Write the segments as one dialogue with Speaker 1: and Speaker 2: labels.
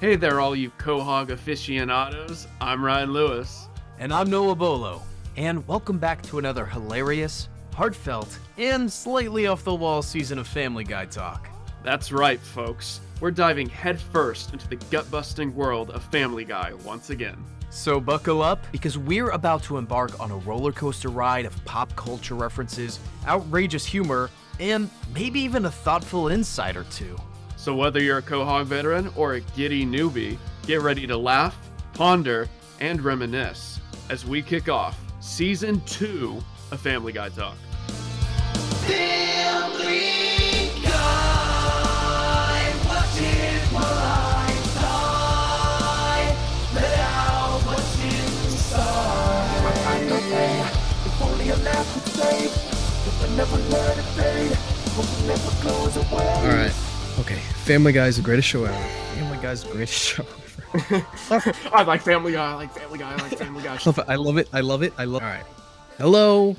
Speaker 1: Hey there, all you Quahog aficionados. I'm Ryan Lewis.
Speaker 2: And I'm Noah Bolo. And welcome back to another hilarious, heartfelt, and slightly off the wall season of Family Guy Talk.
Speaker 1: That's right, folks. We're diving headfirst into the gut busting world of Family Guy once again.
Speaker 2: So buckle up, because we're about to embark on a roller coaster ride of pop culture references, outrageous humor, and maybe even a thoughtful insight or two.
Speaker 1: So, whether you're a Quahog veteran or a giddy newbie, get ready to laugh, ponder, and reminisce as we kick off season two of Family Guy Talk.
Speaker 3: All right. Okay. Family Guy is the greatest show ever. Family Guy's the greatest show ever.
Speaker 1: I like Family Guy. I like Family Guy. I like Family Guy.
Speaker 3: I love it. I love it. I love it. I love. All right. Hello.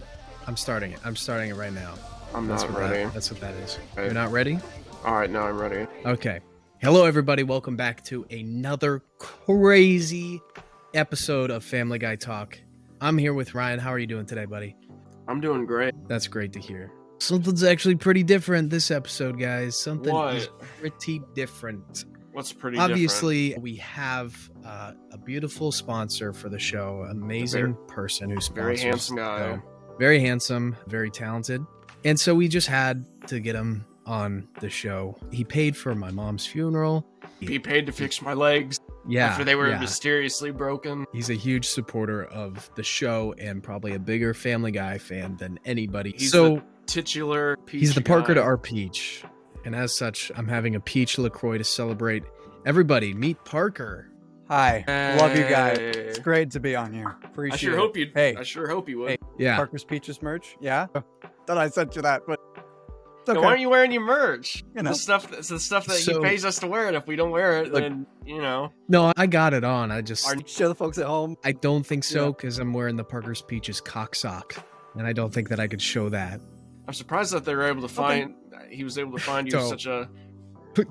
Speaker 3: I'm starting it. I'm starting it right now.
Speaker 4: I'm
Speaker 3: That's
Speaker 4: not
Speaker 3: what that-
Speaker 4: ready.
Speaker 3: that's what that is.
Speaker 4: Right.
Speaker 3: You're not ready?
Speaker 4: All right, now I'm ready.
Speaker 3: Okay. Hello, everybody. Welcome back to another crazy episode of Family Guy Talk. I'm here with Ryan. How are you doing today, buddy?
Speaker 4: I'm doing great.
Speaker 3: That's great to hear. Something's actually pretty different this episode, guys. Something is
Speaker 4: What?
Speaker 3: pretty different.
Speaker 4: What's pretty
Speaker 3: obviously we have uh, a beautiful sponsor for the show amazing person who sponsors
Speaker 4: very handsome
Speaker 3: the
Speaker 4: guy.
Speaker 3: show. very handsome very talented and so we just had to get him on the show he paid for my mom's funeral
Speaker 4: different? He paid to fix my legs
Speaker 3: yeah
Speaker 4: after they were
Speaker 3: yeah.
Speaker 4: mysteriously broken.
Speaker 3: he's a huge supporter of the show and probably a bigger family guy fan than anybody
Speaker 4: He's
Speaker 3: so
Speaker 4: Titular. Peach
Speaker 3: He's the Parker
Speaker 4: guy.
Speaker 3: to our peach. And as such, I'm having a peach LaCroix to celebrate. Everybody, meet Parker.
Speaker 5: Hi, love you guys.
Speaker 4: Hey.
Speaker 5: It's great to be on here. Appreciate
Speaker 4: I sure
Speaker 5: it.
Speaker 4: hope you.
Speaker 5: Hey,
Speaker 4: I sure hope you would.
Speaker 5: Hey,
Speaker 3: Yeah.
Speaker 5: Parker's Peaches merch. Yeah, thought I sent you that, but it's okay.
Speaker 4: Why aren't you wearing your merch?
Speaker 5: You know.
Speaker 4: The stuff. It's the stuff that
Speaker 3: So-
Speaker 4: he pays us to wear, and if we don't wear it,
Speaker 3: Look-
Speaker 4: then you know.
Speaker 3: No, I got it on. I just
Speaker 4: Our-
Speaker 5: Show the folks at home.
Speaker 3: I don't think so because I'm wearing the Parker's Peaches cock sock. And I don't think that I could show that.
Speaker 4: I'm surprised that they were able to find. He was able to find you
Speaker 3: Don't.
Speaker 4: such a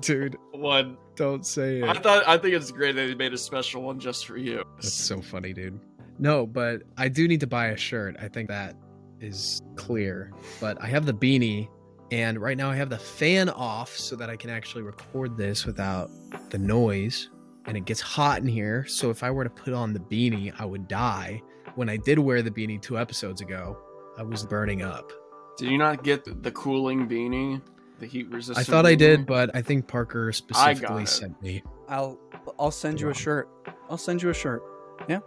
Speaker 3: Dude,
Speaker 4: one.
Speaker 3: don't say it.
Speaker 4: I thought. I think it's great that they made a special one just for you.
Speaker 3: That's so funny, dude. No, but I do need to buy a shirt. I think that is clear. But I have the beanie, and right now I have the fan off so that I can actually record this without the noise. And it gets hot in here. So if I were to put on the beanie, I would die. When I did wear the beanie two episodes ago, I was burning up.
Speaker 4: Did you not get the cooling beanie? The heat
Speaker 3: I
Speaker 4: resistant.
Speaker 3: thought I did,
Speaker 4: beanie?
Speaker 3: but I think Parker
Speaker 4: got
Speaker 3: specifically
Speaker 4: it.
Speaker 3: sent me.
Speaker 5: I'll I'll send you a shirt. I'll send you a shirt. Yeah,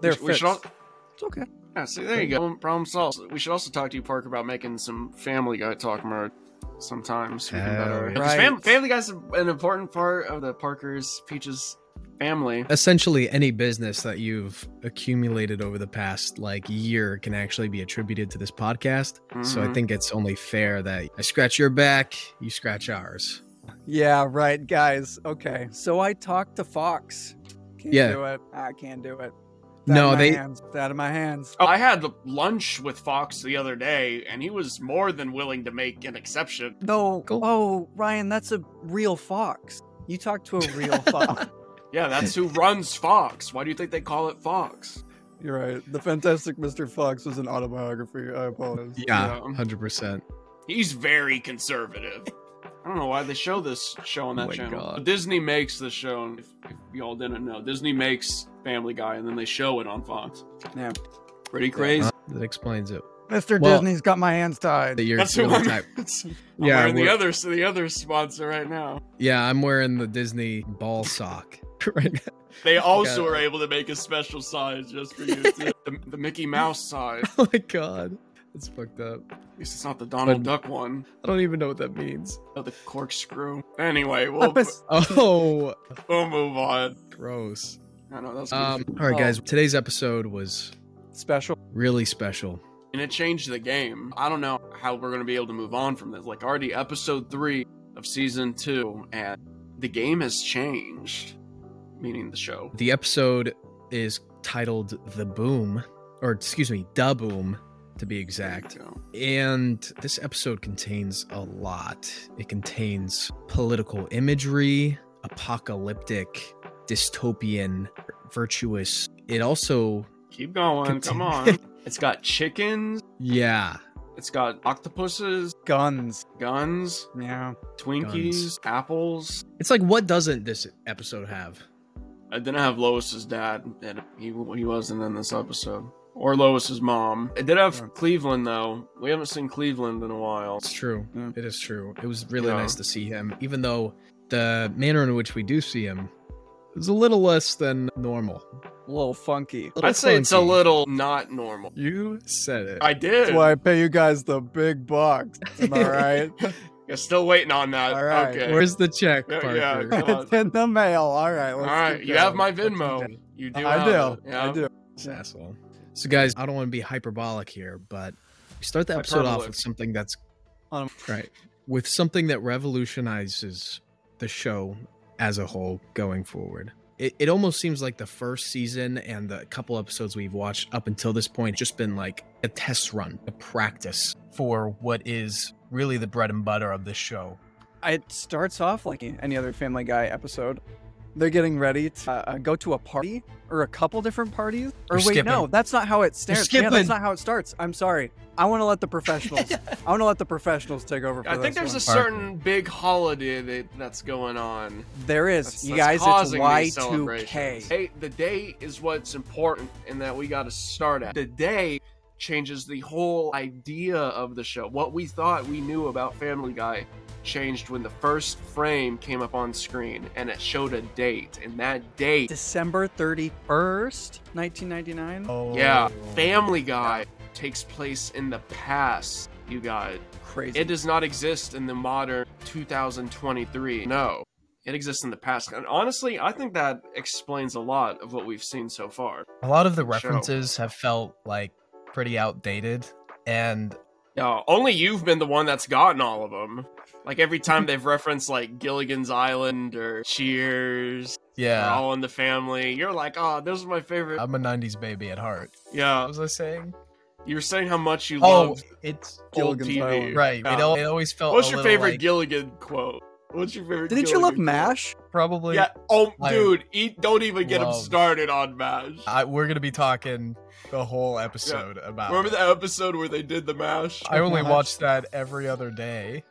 Speaker 5: there.
Speaker 4: We should- we should all-
Speaker 5: It's okay.
Speaker 4: Yeah, see, there you go. Problem- Problem solved. We should also talk to you, Parker, about making some Family Guy talk merch sometimes. We can
Speaker 3: Hell
Speaker 4: better.
Speaker 3: yeah.
Speaker 4: Because fam-
Speaker 5: Right.
Speaker 4: family Guy's an important part of the Parker's Peaches family.
Speaker 3: essentially any business that you've accumulated over the past like year can actually be attributed to this podcast so i
Speaker 4: Mhm.
Speaker 3: think it's only fair that i scratch your back you scratch ours
Speaker 5: Yeah, right, guys. Okay, so I talked to Fox. Can't
Speaker 3: Yeah.
Speaker 5: do it. I can't do it.
Speaker 3: No,
Speaker 5: out of my
Speaker 3: they-
Speaker 5: Hands. It's out of my hands.
Speaker 4: Oh, I had lunch with Fox the other day, and he was more than willing to make an exception.
Speaker 5: No.
Speaker 3: Cool.
Speaker 5: Oh, Ryan, that's a real fox. You talked to a real fox.
Speaker 4: Yeah, that's who runs Fox. Why do you think they call it Fox?
Speaker 5: You're right. The Fantastic Mr. Fox was an autobiography. I apologize.
Speaker 3: yeah,
Speaker 4: Yeah.
Speaker 3: 100%
Speaker 4: He's very conservative. I don't know why they show this show on
Speaker 3: Oh
Speaker 4: that
Speaker 3: my
Speaker 4: channel.
Speaker 3: God.
Speaker 4: Disney makes this show, and if, if y'all didn't know, Disney makes Family Guy, and then they show it on Fox.
Speaker 5: Yeah.
Speaker 4: pretty crazy.
Speaker 3: Huh? Uh, that explains it
Speaker 5: Mr.
Speaker 3: Well-
Speaker 5: Disney's got my hands tied.
Speaker 3: that you're,
Speaker 4: That's
Speaker 3: you're
Speaker 4: who
Speaker 3: the
Speaker 4: I'm.
Speaker 3: type-
Speaker 4: I'm
Speaker 3: yeah
Speaker 4: wearing the
Speaker 3: we're-
Speaker 4: other, so the other sponsor right now.
Speaker 3: yeah i'm wearing the disney ball sock right now.
Speaker 4: They also
Speaker 3: Got it.
Speaker 4: are able to make a special size just for you. too. the, the Mickey Mouse size.
Speaker 3: oh my god that's fucked up
Speaker 4: At least it's not the Donald Duck one.
Speaker 3: i don't even know what that means
Speaker 4: Oh, the corkscrew. Anyway, we'll
Speaker 3: oh
Speaker 4: we'll move on.
Speaker 3: gross
Speaker 4: I know that's
Speaker 3: um all right
Speaker 5: Oh.
Speaker 3: guys today's episode was
Speaker 5: special.
Speaker 3: really special
Speaker 4: and it changed the game. I don't know how we're going to be able to move on from this. Like already episode 3 of season 2 and the game has changed, meaning the show.
Speaker 3: The episode is titled The Boom, or excuse me, Da Boom to be exact.
Speaker 4: So,
Speaker 3: And this episode contains a lot. It contains political imagery, apocalyptic
Speaker 6: dystopian, virtuous. It also,
Speaker 4: Keep going. Come on.
Speaker 5: Continue.
Speaker 4: It's got chickens.
Speaker 6: yeah,
Speaker 4: It's got octopuses,
Speaker 5: Guns.
Speaker 4: guns,
Speaker 5: Yeah.
Speaker 4: Twinkies, apples.
Speaker 6: it's like what doesn't this episode have?
Speaker 4: I didn't have Lois's dad, and he he wasn't in this episode. Or Lois's mom. I did have
Speaker 5: Yeah.
Speaker 4: Cleveland though. We haven't seen Cleveland in a while.
Speaker 6: It's true.
Speaker 5: Mm.
Speaker 6: It is true. It was really
Speaker 4: Yeah.
Speaker 6: nice to see him, even though the manner in which we do see him is a little less than normal.
Speaker 5: A little funky.
Speaker 6: Little
Speaker 4: I'd say it's a
Speaker 6: clunky.
Speaker 4: little not normal.
Speaker 6: You said it.
Speaker 4: I did.
Speaker 5: That's why I pay you guys the big bucks. Am I right?
Speaker 4: You're still waiting on that.
Speaker 5: All right.
Speaker 4: Okay.
Speaker 6: Where's the check,
Speaker 4: Yeah,
Speaker 6: Parker?
Speaker 4: yeah.
Speaker 5: it's in the mail. All right.
Speaker 4: All
Speaker 5: Let's
Speaker 4: right.
Speaker 5: keep
Speaker 4: You have my
Speaker 5: going. Let's keep
Speaker 4: Venmo.
Speaker 5: going.
Speaker 4: You do.
Speaker 5: I
Speaker 4: have
Speaker 5: do.
Speaker 4: it, yeah?
Speaker 5: I do.
Speaker 6: This asshole. So, guys, I don't want to be hyperbolic here, but we start the episode off
Speaker 4: Hyperbolic.
Speaker 6: with something that's
Speaker 5: Um,
Speaker 6: right with something that revolutionizes the show as a whole going forward. It, it almost seems like the first season and the couple episodes we've watched up until this point just been like a test run, a practice for what is really the bread and butter of this show.
Speaker 5: It starts off like any other Family Guy episode. They're getting ready to uh, uh, go to a party or a couple different parties. Or
Speaker 6: You're
Speaker 5: wait, no,
Speaker 6: skipping.
Speaker 5: that's not how it starts. Yeah,
Speaker 6: skipping.
Speaker 5: that's not how it starts. I'm sorry. I want to let the professionals. I want to let the professionals take over. For
Speaker 4: I think there's
Speaker 5: this
Speaker 4: a
Speaker 6: one.
Speaker 4: certain big holiday that, that's going on.
Speaker 5: one. there is.
Speaker 4: That's-
Speaker 5: you
Speaker 4: that's
Speaker 5: guys, it's
Speaker 4: causing
Speaker 5: Y
Speaker 4: these
Speaker 5: two K.
Speaker 4: celebrations. Hey, the day is what's important, and that we got to start at. The day changes the whole idea of the show. What we thought we knew about Family Guy changed when the first frame came up on screen, and it showed a date, and that date,
Speaker 5: December thirty first, nineteen ninety nine.
Speaker 6: Oh,
Speaker 4: yeah, Family Guy takes place in the past. You guys.
Speaker 5: Crazy.
Speaker 4: It does not exist in the modern 2023. No. It exists in the past. And honestly, I think that explains a lot of what we've seen so far.
Speaker 3: A lot of the
Speaker 4: Show.
Speaker 3: references have felt like pretty outdated, and
Speaker 4: Now, only you've been the one that's gotten all of them. Like every time they've referenced like Gilligan's Island or Cheers, or
Speaker 3: yeah, Uh,
Speaker 4: All in the Family, you're like, oh, those are my favorite.
Speaker 3: I'm a '90s baby at heart. What
Speaker 4: yeah,
Speaker 3: was I saying?
Speaker 4: you were saying how much you
Speaker 3: Oh,
Speaker 4: loved
Speaker 3: it's
Speaker 4: old
Speaker 5: Gilligan's
Speaker 4: TV.
Speaker 5: Island.
Speaker 3: right. It,
Speaker 4: Yeah.
Speaker 3: al- it always felt.
Speaker 4: What's
Speaker 3: a
Speaker 4: your
Speaker 3: little
Speaker 4: favorite
Speaker 3: like-
Speaker 4: Gilligan quote? What's your favorite?
Speaker 5: Didn't you love
Speaker 4: Gilligan quote?
Speaker 5: Mash?
Speaker 3: Probably.
Speaker 4: Yeah. Oh,
Speaker 3: Like,
Speaker 4: dude, eat, don't even get him
Speaker 3: love.
Speaker 4: started on Mash.
Speaker 3: I, we're gonna be talking the whole episode about.
Speaker 4: Remember
Speaker 3: it.
Speaker 4: the episode where they did the mash?
Speaker 3: I only
Speaker 5: Mash?
Speaker 3: watch that every other day.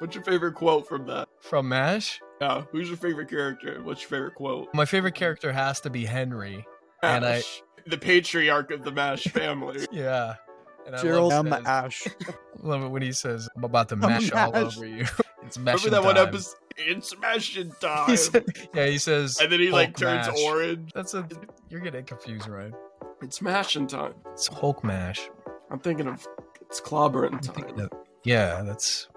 Speaker 4: What's your favorite quote from that?
Speaker 3: From MASH,
Speaker 4: Yeah, who's your favorite character? What's your favorite quote?
Speaker 3: my favorite character has to be Henry. And I-
Speaker 4: Mash, the patriarch of the Mash family.
Speaker 3: Yeah. And I
Speaker 5: Gerald
Speaker 3: love,
Speaker 5: M.
Speaker 3: says,
Speaker 5: Ash.
Speaker 3: love it when he says, I'm about to mash all
Speaker 5: mash."
Speaker 3: over you. it's
Speaker 4: Remember
Speaker 3: mashing
Speaker 4: that one
Speaker 3: time.
Speaker 4: episode? It's mashing time.
Speaker 3: He said- yeah, he says,
Speaker 4: and then he like
Speaker 3: Hulk
Speaker 4: turns
Speaker 3: mash.
Speaker 4: orange.
Speaker 3: That's a. You're getting confused, right?
Speaker 4: It's mashing time.
Speaker 3: It's Hulk mash.
Speaker 4: I'm thinking of it's clobbering
Speaker 3: I'm thinking
Speaker 4: time.
Speaker 3: of- Yeah, that's.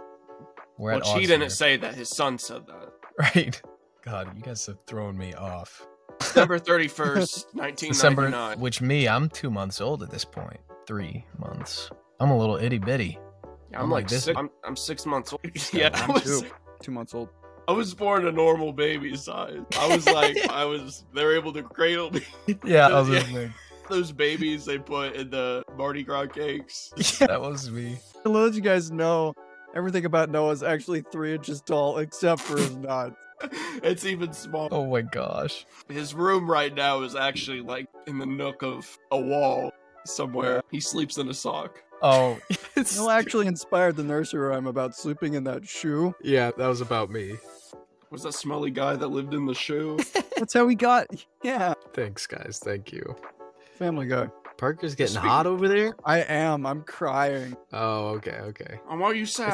Speaker 3: We're
Speaker 4: Which
Speaker 3: at odds
Speaker 4: he didn't
Speaker 3: here.
Speaker 4: say that. His son said that.
Speaker 3: Right. God, you guys have thrown me off.
Speaker 4: December 31st,
Speaker 3: December,
Speaker 4: 1999.
Speaker 3: which me, I'm two months old at this point. Three months. I'm a little itty bitty.
Speaker 4: Yeah, I'm,
Speaker 3: I'm
Speaker 4: like
Speaker 3: like this-
Speaker 4: six, I'm, I'm six months old. yeah, I
Speaker 5: I'm
Speaker 4: was,
Speaker 5: two, two months old.
Speaker 4: I was born a normal baby size. I was like, I was, they're able to cradle me.
Speaker 3: Yeah, I was
Speaker 4: Yeah.
Speaker 3: just like,
Speaker 4: Those babies they put in the Mardi Gras cakes.
Speaker 3: that was me.
Speaker 5: To let you guys know, everything about Noah's actually three inches tall, except for his nuts.
Speaker 4: It's even small.
Speaker 3: Oh my gosh.
Speaker 4: His room right now is actually like in the nook of a wall somewhere. He sleeps in a sock.
Speaker 3: Oh, it's-
Speaker 5: No, actually inspired the nursery rhyme about sleeping in that shoe.
Speaker 3: yeah, that was about me.
Speaker 4: Was that smelly guy that lived in the shoe?
Speaker 5: That's how we got. Yeah,
Speaker 3: Thanks, guys. Thank you.
Speaker 5: Family Guy.
Speaker 3: Parker's
Speaker 4: getting Speak- hot
Speaker 3: over there.
Speaker 5: I am. I'm crying.
Speaker 3: Oh, okay, okay.
Speaker 4: And why are you sad?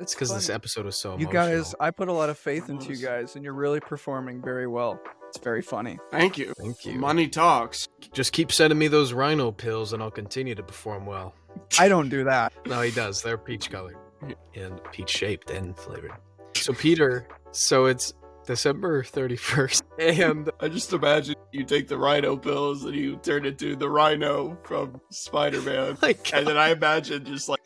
Speaker 5: It's
Speaker 3: episode was so.
Speaker 5: You guys, I put a lot of faith into you
Speaker 4: Emotional.
Speaker 5: guys, and you're really performing very well. It's very funny.
Speaker 4: Thank you.
Speaker 7: Thank you.
Speaker 4: Money talks.
Speaker 7: Just keep sending me those rhino pills and I'll continue to perform well.
Speaker 5: I don't do that.
Speaker 7: No, he does. They're peach colored and peach shaped and flavored. So, Peter, so it's December 31st. And
Speaker 4: I just imagine you take the rhino pills and you turn into the rhino from Spider Man.
Speaker 2: Oh
Speaker 7: like,
Speaker 4: And then I imagine just like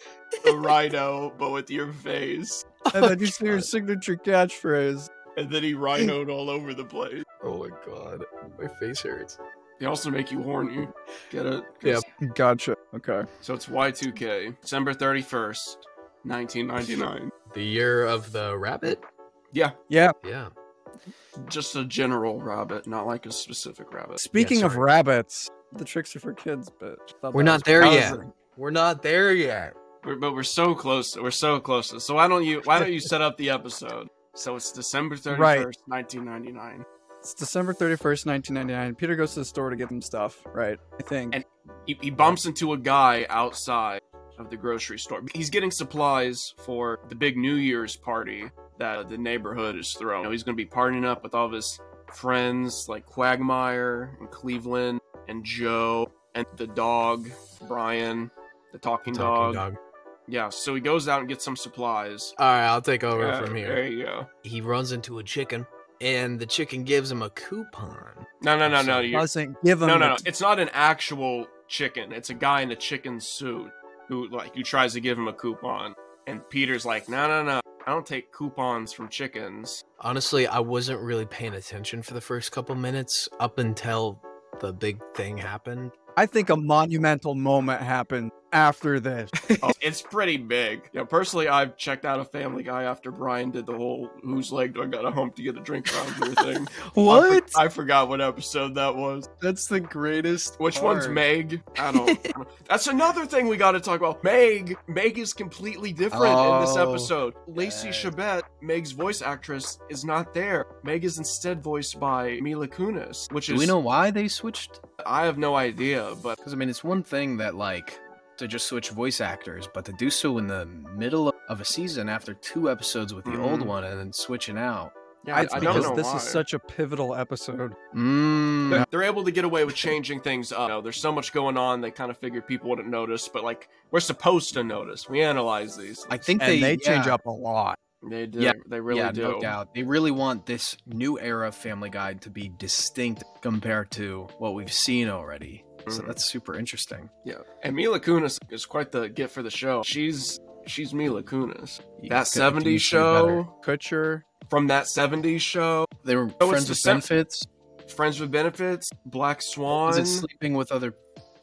Speaker 4: the rhino, but with your face.
Speaker 5: And then you see your signature catchphrase.
Speaker 4: And then he rhinoed all over the place.
Speaker 7: oh my God, my face hurts.
Speaker 4: They also make you horny. Get it?
Speaker 7: Yeah.
Speaker 5: Gotcha. Okay.
Speaker 4: So it's Y2K, December 31st, 1999.
Speaker 7: The year of the rabbit?
Speaker 4: Yeah.
Speaker 5: Yeah.
Speaker 7: Yeah. Just a general rabbit, not like a specific rabbit.
Speaker 5: Speaking of
Speaker 4: sorry.
Speaker 5: rabbits, the tricks are for kids, but thought
Speaker 4: We're
Speaker 5: that
Speaker 4: not
Speaker 5: was
Speaker 4: there yet.
Speaker 5: positive.
Speaker 4: We're not there yet.
Speaker 7: We're, but we're so close. We're so close. So why don't you why don't you set up the episode? So it's December thirty first, nineteen ninety nine.
Speaker 5: It's December 31st, 1999. Peter goes to the store to get some stuff, right? I think.
Speaker 7: And- He, he bumps into a guy outside of the grocery store. He's getting supplies for the big New Year's party that the neighborhood is throwing. You know, he's going to be partying up with all of his friends like Quagmire and Cleveland and Joe and the dog Brian, the talking,
Speaker 4: Talking
Speaker 7: dog.
Speaker 4: dog.
Speaker 7: Yeah, so he goes out and gets some supplies.
Speaker 4: All right, I'll take over
Speaker 7: Yeah,
Speaker 4: from here.
Speaker 7: There you go.
Speaker 4: He runs into a chicken, and the chicken gives him a coupon.
Speaker 7: No, no, no, no.
Speaker 4: Awesome.
Speaker 7: You,
Speaker 5: doesn't give him
Speaker 7: No,
Speaker 5: a
Speaker 7: no, no.
Speaker 5: t-
Speaker 7: It's not an actual chicken. It's a guy in a chicken suit who like who tries to give him a coupon, and Peter's like, no, no, no. I don't take coupons from chickens.
Speaker 4: Honestly, I wasn't really paying attention for the first couple minutes up until the big thing happened.
Speaker 5: I think a monumental moment happened after this.
Speaker 7: Oh, it's pretty big. You know, personally, I've checked out a Family Guy after Brian did the whole "Whose leg do I gotta hump to get a drink around here" thing. I, for- I forgot what episode that was.
Speaker 3: That's the greatest.
Speaker 7: Which one's
Speaker 3: part.
Speaker 7: Meg? I don't, I don't- That's another thing we got to talk about. Meg. Meg is completely different in this
Speaker 3: Oh,
Speaker 7: episode. Lacey
Speaker 3: yes.
Speaker 7: Chabette, Meg's voice actress, is not there. Meg is instead voiced by Mila Kunis, which
Speaker 3: Do
Speaker 7: is
Speaker 3: we know why they switched?
Speaker 7: I have no idea, but
Speaker 3: Because I mean, it's one thing that like to just switch voice actors, but to do so in the middle of a season after two episodes with the old
Speaker 7: Mhm.
Speaker 3: one and then switching out.
Speaker 7: yeah, I,
Speaker 5: It's
Speaker 7: I don't
Speaker 5: because
Speaker 7: know
Speaker 5: this
Speaker 7: why.
Speaker 5: is such a pivotal episode.
Speaker 3: Mm.
Speaker 7: They're- They're able to get away with changing things up. You know, there's so much going on, they kind of figured people wouldn't notice, but like, we're supposed to notice. We analyze these.
Speaker 3: I think
Speaker 5: And they,
Speaker 3: they,
Speaker 5: change
Speaker 3: yeah,
Speaker 5: up a lot.
Speaker 7: They do.
Speaker 3: Yeah,
Speaker 7: they really
Speaker 3: yeah,
Speaker 7: do.
Speaker 3: no doubt. They really want this new era of Family Guide to be distinct compared to what we've seen already. So
Speaker 7: Mhm.
Speaker 3: that's super interesting.
Speaker 7: Yeah, and Mila Kunis is quite the get for the show. She's she's Mila Kunis.
Speaker 3: You
Speaker 7: That
Speaker 3: could continue
Speaker 7: '70s
Speaker 3: to do better.
Speaker 7: show
Speaker 5: Kutcher.
Speaker 7: from that '70s show,
Speaker 3: They were
Speaker 7: Oh, it's
Speaker 3: friends
Speaker 7: the
Speaker 3: with
Speaker 7: sem-
Speaker 3: benefits.
Speaker 7: Friends with Benefits, Black
Speaker 3: Is
Speaker 7: Swan.
Speaker 3: it sleeping with other?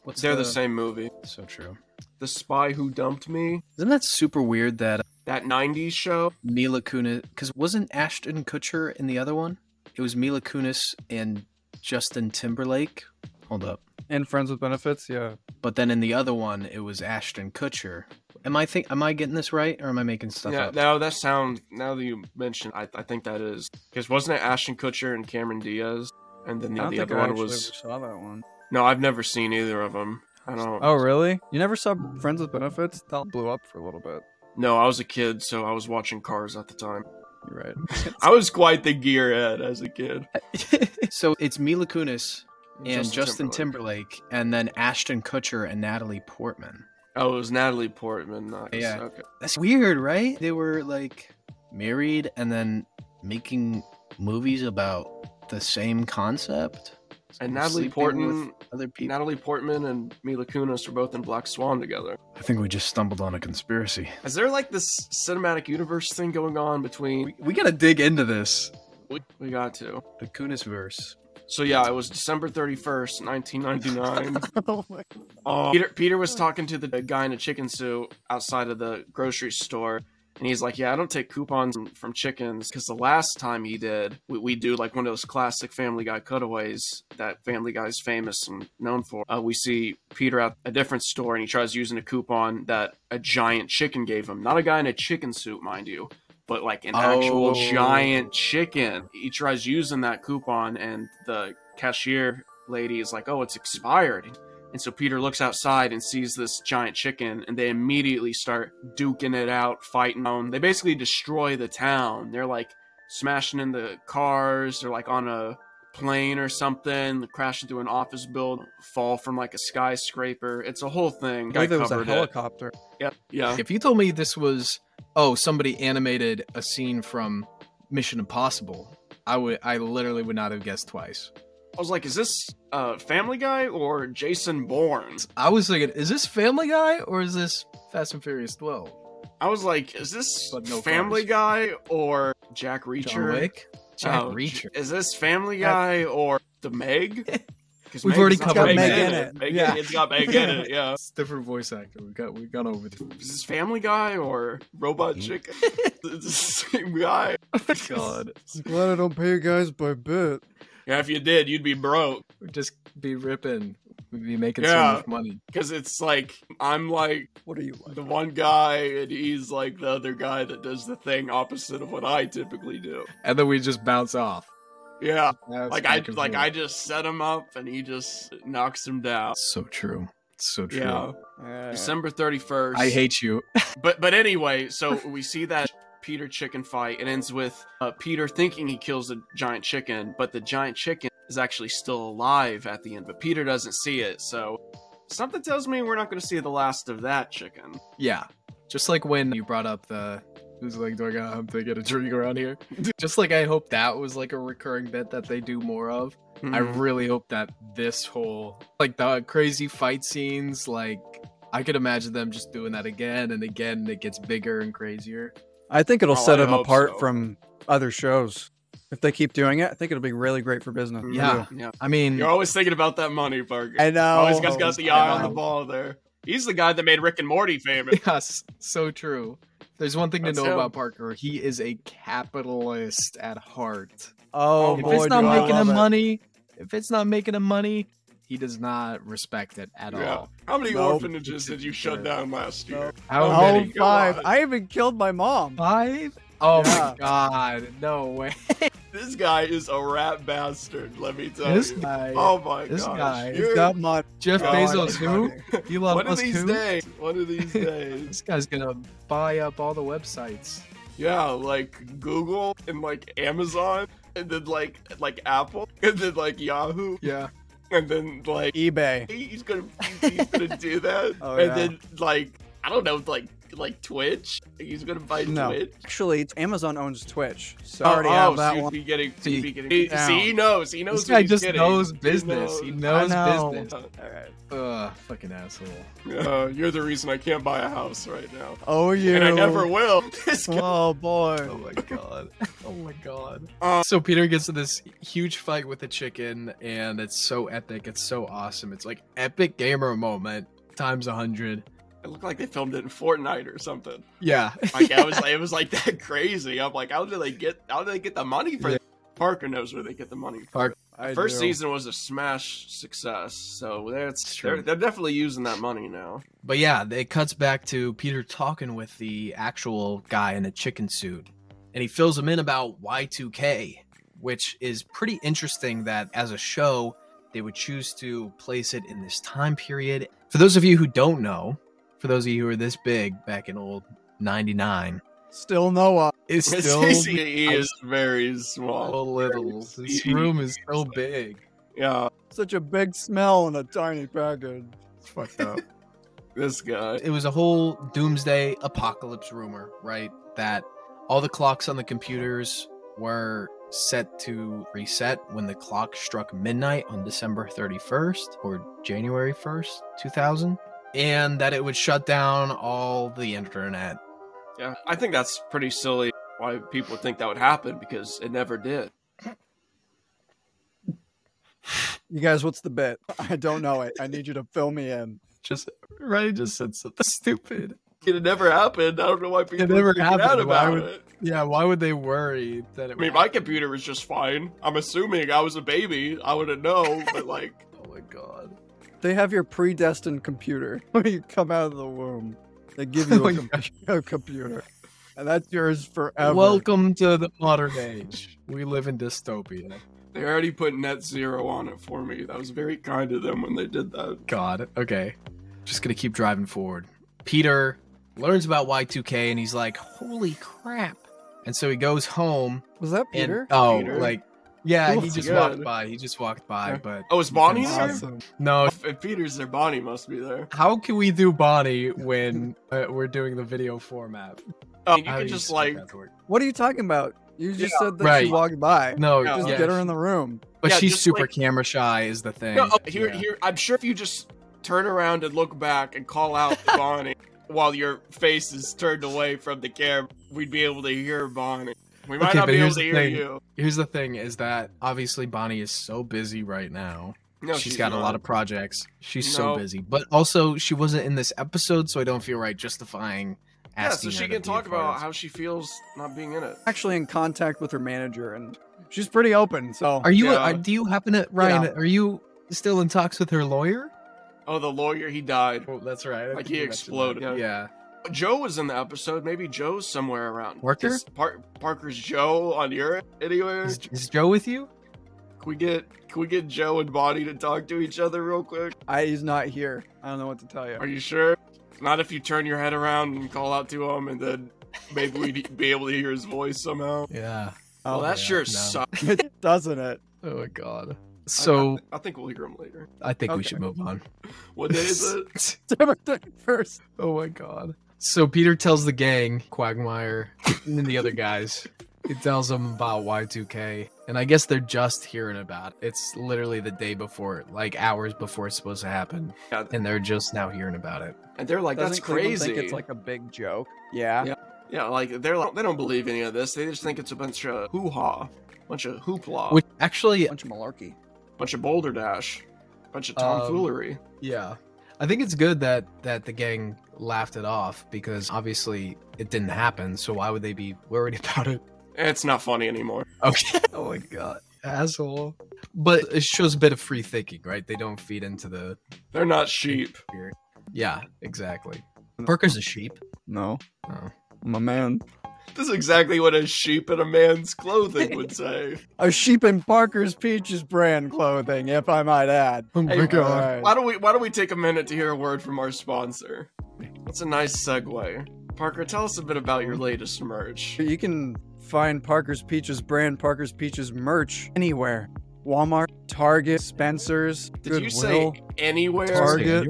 Speaker 3: What's
Speaker 5: Uh,
Speaker 7: They're the same movie.
Speaker 3: So true.
Speaker 7: The Spy Who Dumped Me,
Speaker 3: Isn't that super weird that
Speaker 7: that '90s show.
Speaker 3: Mila Kunis? Because wasn't Ashton Kutcher in the other one? It was Mila Kunis and Justin Timberlake. Hold up.
Speaker 5: And Friends with Benefits, yeah.
Speaker 3: But then in the other one, it was Ashton Kutcher. Am I think? Am I getting this right, or am I making stuff
Speaker 7: Yeah,
Speaker 3: up?
Speaker 7: now that sound. Now that you mention, I, I think that is because wasn't it Ashton Kutcher and Cameron Diaz, and then
Speaker 5: I
Speaker 7: the,
Speaker 5: don't
Speaker 7: the
Speaker 5: think
Speaker 7: other
Speaker 5: I
Speaker 7: one
Speaker 5: actually
Speaker 7: was.
Speaker 5: ever saw that one.
Speaker 7: No, I've never seen either of them. I don't.
Speaker 5: Oh, really? You never saw Friends with Benefits? That blew up for a little bit.
Speaker 7: No, I was a kid, so I was watching Cars at the time.
Speaker 5: You're right.
Speaker 7: I was quite the gearhead as a kid.
Speaker 3: So it's Mila Kunis and Justin Timberlake. and then Ashton Kutcher and Natalie Portman.
Speaker 7: Oh, it was Natalie Portman. Nice.
Speaker 3: Yeah.
Speaker 7: Okay.
Speaker 3: That's weird, right? They were like married and then making movies about the same concept.
Speaker 7: And Natalie
Speaker 3: Sleeping
Speaker 7: Portman,
Speaker 3: with other people.
Speaker 7: Natalie Portman, and Mila Kunis are both in Black Swan together.
Speaker 3: I think we just stumbled on a conspiracy.
Speaker 7: Is there like this cinematic universe thing going on between?
Speaker 3: We, we gotta dig into this.
Speaker 7: We, we got to.
Speaker 3: The Kunis verse.
Speaker 7: So yeah, it was December thirty first, nineteen ninety nine.
Speaker 5: oh my
Speaker 7: Oh, Peter, Peter was talking to the guy in a chicken suit outside of the grocery store, and he's like, "Yeah, I don't take coupons from chickens because the last time he did, we, we do like one of those classic Family Guy cutaways that Family Guy's famous and known for. Uh, we see Peter at a different store, and he tries using a coupon that a giant chicken gave him. Not a guy in a chicken suit, mind you." But like an actual
Speaker 3: Oh.
Speaker 7: giant chicken. He tries using that coupon, and the cashier lady is like, Oh, it's expired. And so Peter looks outside and sees this giant chicken, and they immediately start duking it out, fighting on. They basically destroy the town. They're like smashing in the cars, they're like on a plane or something, crashing through an office build, fall from like a skyscraper. It's a whole thing.
Speaker 5: There
Speaker 7: Guy
Speaker 5: was a
Speaker 7: covered it.
Speaker 5: helicopter.
Speaker 7: Yep. Yeah.
Speaker 3: If you told me this was oh somebody animated a scene from Mission Impossible, I would I literally would not have guessed twice.
Speaker 7: I was like, is this uh, Family Guy or Jason Bourne?
Speaker 3: I was thinking, is this Family Guy or is this Fast and Furious 12?
Speaker 7: I was like, is this
Speaker 3: But no
Speaker 7: Family
Speaker 3: cars.
Speaker 7: Guy or Jack Reacher?
Speaker 3: John Wick? Jack
Speaker 7: Oh,
Speaker 3: Reacher.
Speaker 7: Is this Family Guy or the Meg? 'Cause
Speaker 8: We've already
Speaker 7: Megan's not
Speaker 8: covered
Speaker 7: Meg
Speaker 8: Meg
Speaker 5: in it.
Speaker 7: Meg
Speaker 5: Yeah.
Speaker 7: It's got Meg in it. Yeah.
Speaker 3: It's a different voice actor. We got we got over this.
Speaker 7: Is this Family Guy or
Speaker 3: Mm.
Speaker 7: Robot Chicken? it's the same guy.
Speaker 3: Oh God,
Speaker 5: Glad I don't pay you guys by bit.
Speaker 7: Yeah, if you did, you'd be broke.
Speaker 3: we'd just be ripping. We'd be making
Speaker 7: Yeah.
Speaker 3: so much money.
Speaker 7: Because it's like I'm like
Speaker 5: What are you like?
Speaker 7: the one guy, and he's like the other guy that does the thing opposite of what I typically do.
Speaker 3: And then we just bounce off.
Speaker 7: Yeah,
Speaker 3: That's
Speaker 7: like I
Speaker 3: back and
Speaker 7: like
Speaker 3: forth.
Speaker 7: I just set him up, and he just knocks him down.
Speaker 3: So true. So true.
Speaker 7: Yeah,
Speaker 5: Yeah.
Speaker 7: December thirty first.
Speaker 3: I hate you.
Speaker 7: But but anyway, so we see that Peter chicken fight. It ends with uh, Peter thinking he kills the giant chicken, but the giant chicken is actually still alive at the end. But Peter doesn't see it, so something tells me we're not going to see the last of that chicken.
Speaker 3: Yeah. Just like when you brought up the it was like, do I gotta have to get a drink around here? Just like I hope that was like a recurring bit that they do more of. I really hope that this whole like the crazy fight scenes, like I could imagine them just doing that again and again and it gets bigger and crazier.
Speaker 5: I think it'll
Speaker 7: Oh,
Speaker 5: set
Speaker 7: I
Speaker 5: them
Speaker 7: hope
Speaker 5: apart
Speaker 7: so.
Speaker 5: from other shows. If they keep doing it, I think it'll be really great for business.
Speaker 7: Mhm.
Speaker 3: Yeah.
Speaker 7: yeah.
Speaker 3: I mean
Speaker 7: You're always thinking about that money, Parker.
Speaker 5: I know.
Speaker 7: always Oh, got, got the eye on the
Speaker 5: know.
Speaker 7: ball there. He's the guy that made Rick and Morty famous.
Speaker 3: yes, so true. If There's one thing to
Speaker 7: That's
Speaker 3: know
Speaker 7: him.
Speaker 3: about Parker. He is a capitalist at heart.
Speaker 5: Oh,
Speaker 7: If
Speaker 3: if
Speaker 5: boy,
Speaker 3: it's not
Speaker 5: do I
Speaker 3: making
Speaker 5: love
Speaker 3: him
Speaker 5: it.
Speaker 3: money, if it's not making him money, he does not respect it at
Speaker 7: Yeah.
Speaker 3: all.
Speaker 7: How many
Speaker 5: Nope.
Speaker 7: orphanages did you shut down last year?
Speaker 3: How
Speaker 7: Oh,
Speaker 5: Oh,
Speaker 3: many?
Speaker 7: Go
Speaker 5: five.
Speaker 7: on.
Speaker 5: I even killed my mom.
Speaker 3: Five? Oh
Speaker 5: Yeah.
Speaker 3: my god! No way!
Speaker 7: This guy is a rat bastard, let me tell
Speaker 3: This
Speaker 7: you.
Speaker 3: guy,
Speaker 7: oh my
Speaker 3: this
Speaker 7: gosh.
Speaker 3: guy-
Speaker 5: He's
Speaker 7: You're-
Speaker 5: got my
Speaker 3: Jeff
Speaker 7: God,
Speaker 3: Bezos, who?
Speaker 5: money.
Speaker 3: Elon
Speaker 7: One of
Speaker 3: Musk,
Speaker 7: these
Speaker 3: who?
Speaker 7: days. One of these days.
Speaker 3: This guy's gonna buy up all the websites.
Speaker 7: Yeah, like Google and like Amazon and then like like Apple and then like Yahoo
Speaker 3: Yeah.
Speaker 7: and then like
Speaker 5: eBay.
Speaker 7: he- he's gonna he's gonna do that.
Speaker 5: Oh,
Speaker 7: and
Speaker 5: yeah.
Speaker 7: then like I don't know, like like Twitch. He's gonna buy
Speaker 5: No.
Speaker 7: Twitch.
Speaker 5: Actually, it's- Amazon owns Twitch, so
Speaker 7: Oh,
Speaker 5: I already
Speaker 7: oh,
Speaker 5: have
Speaker 7: so
Speaker 5: that
Speaker 7: you'd
Speaker 5: one.
Speaker 7: Be getting,
Speaker 3: So
Speaker 7: you'd
Speaker 3: you-
Speaker 7: be getting
Speaker 5: It-
Speaker 7: see, he knows. He knows.
Speaker 3: This
Speaker 7: what
Speaker 3: guy
Speaker 7: he's
Speaker 3: just
Speaker 7: getting.
Speaker 3: knows business. He
Speaker 7: He
Speaker 3: knows,
Speaker 5: know.
Speaker 3: business.
Speaker 5: All right.
Speaker 3: Ugh, fucking asshole.
Speaker 7: Uh, you're the reason I can't buy a house right now,
Speaker 5: Oh, you.
Speaker 7: and I never will. This guy-
Speaker 5: Oh boy.
Speaker 3: Oh my god. Oh my god.
Speaker 7: Uh,
Speaker 3: so Peter gets to this huge fight with the chicken, and it's so epic. It's so awesome. It's like epic gamer moment times a hundred.
Speaker 7: It looked like they filmed it in Fortnite or something.
Speaker 3: Yeah.
Speaker 7: Like I was, like, it was like that crazy. I'm like, how do they get? How do they get the money for?
Speaker 3: Yeah.
Speaker 7: that? Parker knows where they get the money.
Speaker 5: I
Speaker 7: First
Speaker 5: do.
Speaker 7: season was a smash success, so
Speaker 3: It's
Speaker 7: that's
Speaker 3: true.
Speaker 7: they're, they're definitely using that money now.
Speaker 3: But yeah, it cuts back to Peter talking with the actual guy in a chicken suit, and he fills him in about Y2K, which is pretty interesting that as a show, they would choose to place it in this time period. For those of you who don't know, for those of you who are this big back in old 99,
Speaker 5: Still Noah.
Speaker 3: it's
Speaker 7: His
Speaker 3: still
Speaker 7: CCE is very
Speaker 3: so
Speaker 7: small.
Speaker 3: little. This room is so big.
Speaker 7: Yeah,
Speaker 5: Such a big smell in a tiny package.
Speaker 7: it's fucked up. this guy.
Speaker 3: it was a whole doomsday apocalypse rumor, right? That all the clocks on the computers were set to reset when the clock struck midnight on December 31st or January 1st, 2000, and that it would shut down all the internet.
Speaker 7: Yeah, I think that's pretty silly. Why people think that would happen because it never did.
Speaker 5: You guys, what's the bit? I don't know it. I need you to fill me in.
Speaker 3: Just Ryan just said something stupid.
Speaker 7: It never happened. I don't know why people
Speaker 3: never
Speaker 7: freaking
Speaker 3: happened.
Speaker 7: out
Speaker 3: Why
Speaker 7: about
Speaker 3: would-
Speaker 7: it.
Speaker 3: Yeah, why would they worry that it?
Speaker 7: I mean, my computer was just fine. I'm assuming I was a baby. I wouldn't know, but like,
Speaker 3: Oh my god!
Speaker 5: They have your predestined computer when you come out of the womb. They give you
Speaker 3: Oh
Speaker 5: a,
Speaker 3: my
Speaker 5: com- a computer, and that's yours forever.
Speaker 3: Welcome to the modern age. We live in dystopia.
Speaker 7: they already put net zero on it for me. That was very kind of them when they did that.
Speaker 3: God. Okay. Just gonna keep driving forward. Peter learns about Y2K and he's like, "Holy crap!" And so he goes home
Speaker 5: Was that
Speaker 3: and
Speaker 5: Peter?
Speaker 3: oh,
Speaker 7: Peter?
Speaker 3: like yeah,
Speaker 5: Oh
Speaker 3: he
Speaker 5: my
Speaker 3: just
Speaker 7: God.
Speaker 3: walked by. He just walked by.
Speaker 7: Yeah.
Speaker 3: But
Speaker 7: Oh, is Bonnie there?
Speaker 5: Awesome.
Speaker 3: no,
Speaker 7: If, if Peter's there, Bonnie must be there.
Speaker 3: how can we do Bonnie when uh, we're doing the video format?
Speaker 7: I mean, Oh, you
Speaker 3: How do
Speaker 7: can just
Speaker 3: expect
Speaker 7: like,
Speaker 3: that to work?
Speaker 5: What are you talking about? You just said that
Speaker 3: right.
Speaker 5: she walked by.
Speaker 3: no,
Speaker 7: Yeah.
Speaker 5: Just
Speaker 3: yeah,
Speaker 5: get her in the room.
Speaker 3: but
Speaker 7: Yeah,
Speaker 3: she's
Speaker 7: just,
Speaker 3: super
Speaker 7: like-
Speaker 3: camera shy is the thing.
Speaker 7: no, oh, here,
Speaker 3: Yeah.
Speaker 7: here. I'm sure if you just turn around and look back and call out Bonnie while your face is turned away from the camera, we'd be able to hear Bonnie. We might
Speaker 3: Okay,
Speaker 7: not
Speaker 3: but
Speaker 7: be able
Speaker 3: here's
Speaker 7: to
Speaker 3: the
Speaker 7: hear
Speaker 3: thing.
Speaker 7: you.
Speaker 3: Here's the thing: is that obviously Bonnie is so busy right now
Speaker 7: No,
Speaker 3: she's got a
Speaker 7: not.
Speaker 3: lot of projects. She's
Speaker 7: No.
Speaker 3: so busy. But also, she wasn't in this episode, so I don't feel right justifying
Speaker 7: Yeah, so
Speaker 3: asking.
Speaker 7: she
Speaker 3: her to
Speaker 7: can
Speaker 3: be a
Speaker 7: talk
Speaker 3: part of
Speaker 7: about
Speaker 3: this.
Speaker 7: how she feels not being in it.
Speaker 5: Actually, in contact with her manager, and she's pretty open. So
Speaker 3: Are you?
Speaker 7: Yeah.
Speaker 3: Are, do you happen to Ryan? Are you still in talks with her lawyer?
Speaker 7: Oh, the lawyer, he died.
Speaker 3: Oh, that's right. I
Speaker 7: Like,
Speaker 3: think
Speaker 7: he
Speaker 3: you mentioned that.
Speaker 7: exploded.
Speaker 3: Yeah.
Speaker 7: Joe was in the episode. Maybe Joe's somewhere around.
Speaker 3: Parker?
Speaker 7: Is Par- Parker's Joe on Europe anywhere?
Speaker 3: Is, is Joe with you?
Speaker 7: Can we get can we get Joe and Bonnie to talk to each other real quick?
Speaker 5: I, he's not here. I don't know what to tell
Speaker 7: Are
Speaker 5: you.
Speaker 7: you sure? Not if you turn your head around and call out to him, and then maybe we'd be able to hear his voice somehow.
Speaker 8: Yeah.
Speaker 7: Oh,
Speaker 5: Oh,
Speaker 7: that
Speaker 8: yeah,
Speaker 7: sure
Speaker 8: no.
Speaker 7: sucks.
Speaker 5: It doesn't it?
Speaker 8: Oh my god.
Speaker 3: So
Speaker 7: I, think we'll hear him later.
Speaker 3: I think
Speaker 5: we
Speaker 3: we
Speaker 5: should
Speaker 3: should move on.
Speaker 7: What day is it?
Speaker 5: September 31st.
Speaker 3: Oh my god. So Peter tells the gang, Quagmire, and then the other guys. He tells them about Y2K, and I guess they're just hearing about it. It's literally the day before, like hours before it's supposed to happen,
Speaker 7: Yeah.
Speaker 3: and they're just now hearing about it.
Speaker 7: And they're like,
Speaker 5: Doesn't
Speaker 7: "That's
Speaker 5: Cleveland
Speaker 7: crazy."
Speaker 5: Think it's like a big joke. Yeah.
Speaker 7: Yeah. yeah, like they're like they don't believe any of this. They just think it's a bunch of hoo ha, bunch of hoopla,
Speaker 3: Which actually,
Speaker 5: Bunch of malarkey.
Speaker 7: bunch of boulder dash, bunch of
Speaker 3: Um,
Speaker 7: tomfoolery.
Speaker 3: yeah, I think it's good that that the gang laughed it off because obviously it didn't happen. So why would they be worried about it?
Speaker 7: it's not funny anymore.
Speaker 3: Okay. oh my god, asshole. But it shows a bit of free thinking, right? They don't feed into the
Speaker 7: They're not sheep.
Speaker 3: Yeah, exactly. Parker's a sheep.
Speaker 5: No,
Speaker 3: Oh.
Speaker 5: I'm a man.
Speaker 7: This is exactly what a sheep in a man's clothing would say.
Speaker 5: A sheep in Parker's Peaches brand clothing, if I might add.
Speaker 3: my
Speaker 7: Hey,
Speaker 5: God.
Speaker 7: Why don't we why don't we take a minute to hear a word from our sponsor? That's a nice segue. Parker, tell us a bit about your latest merch.
Speaker 5: You can find Parker's Peaches brand, Parker's Peaches merch anywhere. Walmart, Target, Spencer's,
Speaker 7: Did
Speaker 5: Goodwill,
Speaker 7: you say anywhere?
Speaker 5: Target.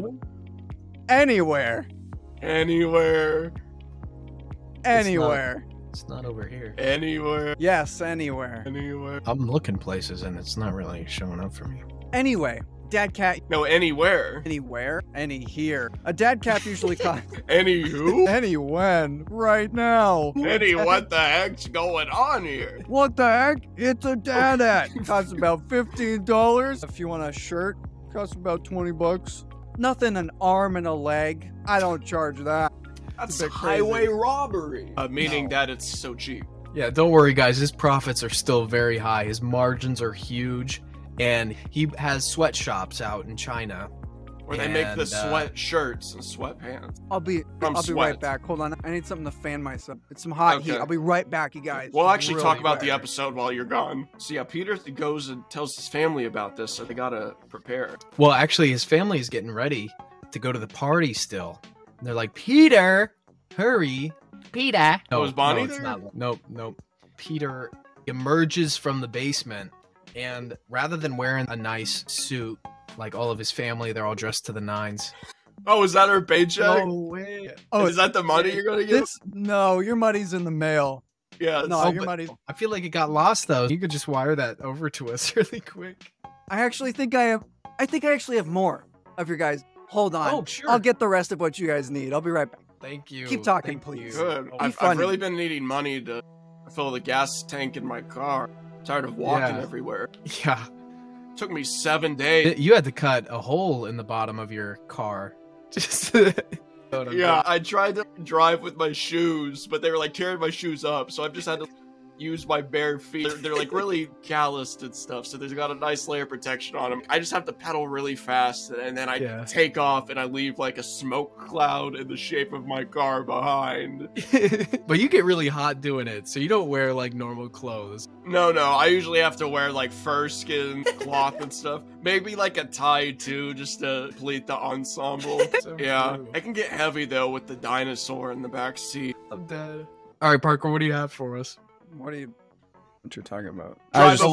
Speaker 5: anywhere,
Speaker 7: Anywhere.
Speaker 5: anywhere.
Speaker 3: It's not over here.
Speaker 7: Anywhere.
Speaker 5: Yes, anywhere.
Speaker 7: Anywhere.
Speaker 3: I'm looking places and it's not really showing up for me.
Speaker 5: Anyway, dad cat
Speaker 7: No, anywhere.
Speaker 5: anywhere, any here. A dad cat usually costs
Speaker 7: Any who?
Speaker 5: any when, right now.
Speaker 7: Any what the heck's going on here?
Speaker 5: What the heck? It's a dad hat. Costs about fifteen dollars. If you want a shirt, costs about twenty bucks. Nothing an arm and a leg. I don't charge that.
Speaker 7: That's
Speaker 5: a bit crazy.
Speaker 7: highway robbery. Uh, meaning
Speaker 5: No.
Speaker 7: that it's so cheap.
Speaker 3: Yeah, don't worry, guys. His profits are still very high. His margins are huge. And he has sweatshops out in China.
Speaker 7: Where they make the
Speaker 3: And, uh,
Speaker 7: sweatshirts and sweatpants.
Speaker 5: I'll be
Speaker 7: From
Speaker 5: I'll be right
Speaker 7: sweat.
Speaker 5: back. Hold on. I need something to fan myself. It's some hot heat.
Speaker 7: Okay.
Speaker 5: I'll be right back, you guys.
Speaker 7: We'll actually
Speaker 3: really
Speaker 7: talk about the
Speaker 3: rare.
Speaker 7: episode while you're gone. So yeah, Peter th- goes and tells his family about this, so they gotta prepare.
Speaker 3: Well, actually, his family is getting ready to go to the party still. And they're like, Peter, hurry. Peter.
Speaker 7: Oh, is Bonnie
Speaker 3: it's
Speaker 7: there?
Speaker 3: not- Nope, nope. Peter emerges from the basement and rather than wearing a nice suit, like all of his family, they're all dressed to the nines.
Speaker 7: Oh, is that her paycheck?
Speaker 3: way.
Speaker 5: Oh,
Speaker 7: is that the money you're gonna get?
Speaker 5: This no, your money's in the mail.
Speaker 7: Yeah.
Speaker 5: No,
Speaker 3: Oh,
Speaker 5: your
Speaker 3: but-
Speaker 5: money's.
Speaker 3: I feel like it got lost though. You could just wire that over to us really quick.
Speaker 5: I actually think I have. I think I actually have more of your guys. Hold on.
Speaker 3: Oh, sure.
Speaker 5: I'll get the rest of what you guys need. I'll be right back.
Speaker 3: Thank you.
Speaker 5: Keep talking,
Speaker 3: Thank
Speaker 5: please.
Speaker 3: you.
Speaker 7: Good.
Speaker 3: Oh,
Speaker 7: I've, I've
Speaker 5: funny.
Speaker 7: really been needing money to fill the gas tank in my car. tired of walking
Speaker 3: Yeah.
Speaker 7: everywhere.
Speaker 3: yeah.
Speaker 7: Took me seven days.
Speaker 3: You had to cut a hole in the bottom of your car. Just
Speaker 7: yeah, I tried to drive with my shoes, but they were like tearing my shoes up, so I've just had to use my bare feet. They're, they're like really calloused and stuff, so there's got a nice layer of protection on them. I just have to pedal really fast, and then I
Speaker 3: Yeah.
Speaker 7: take off and I leave like a smoke cloud in the shape of my car behind.
Speaker 3: but you get really hot doing it, so you don't wear like normal clothes.
Speaker 7: No, no, I usually have to wear like fur skin cloth and stuff. Maybe like a tie too, just to complete the ensemble.
Speaker 3: So
Speaker 7: Yeah,
Speaker 3: true.
Speaker 7: it can get heavy though with the dinosaur in the back seat.
Speaker 3: I'm dead. All right, Parker, what do you have for us?
Speaker 5: What are you? What you're talking about?
Speaker 7: Drive
Speaker 5: I
Speaker 7: a
Speaker 5: just,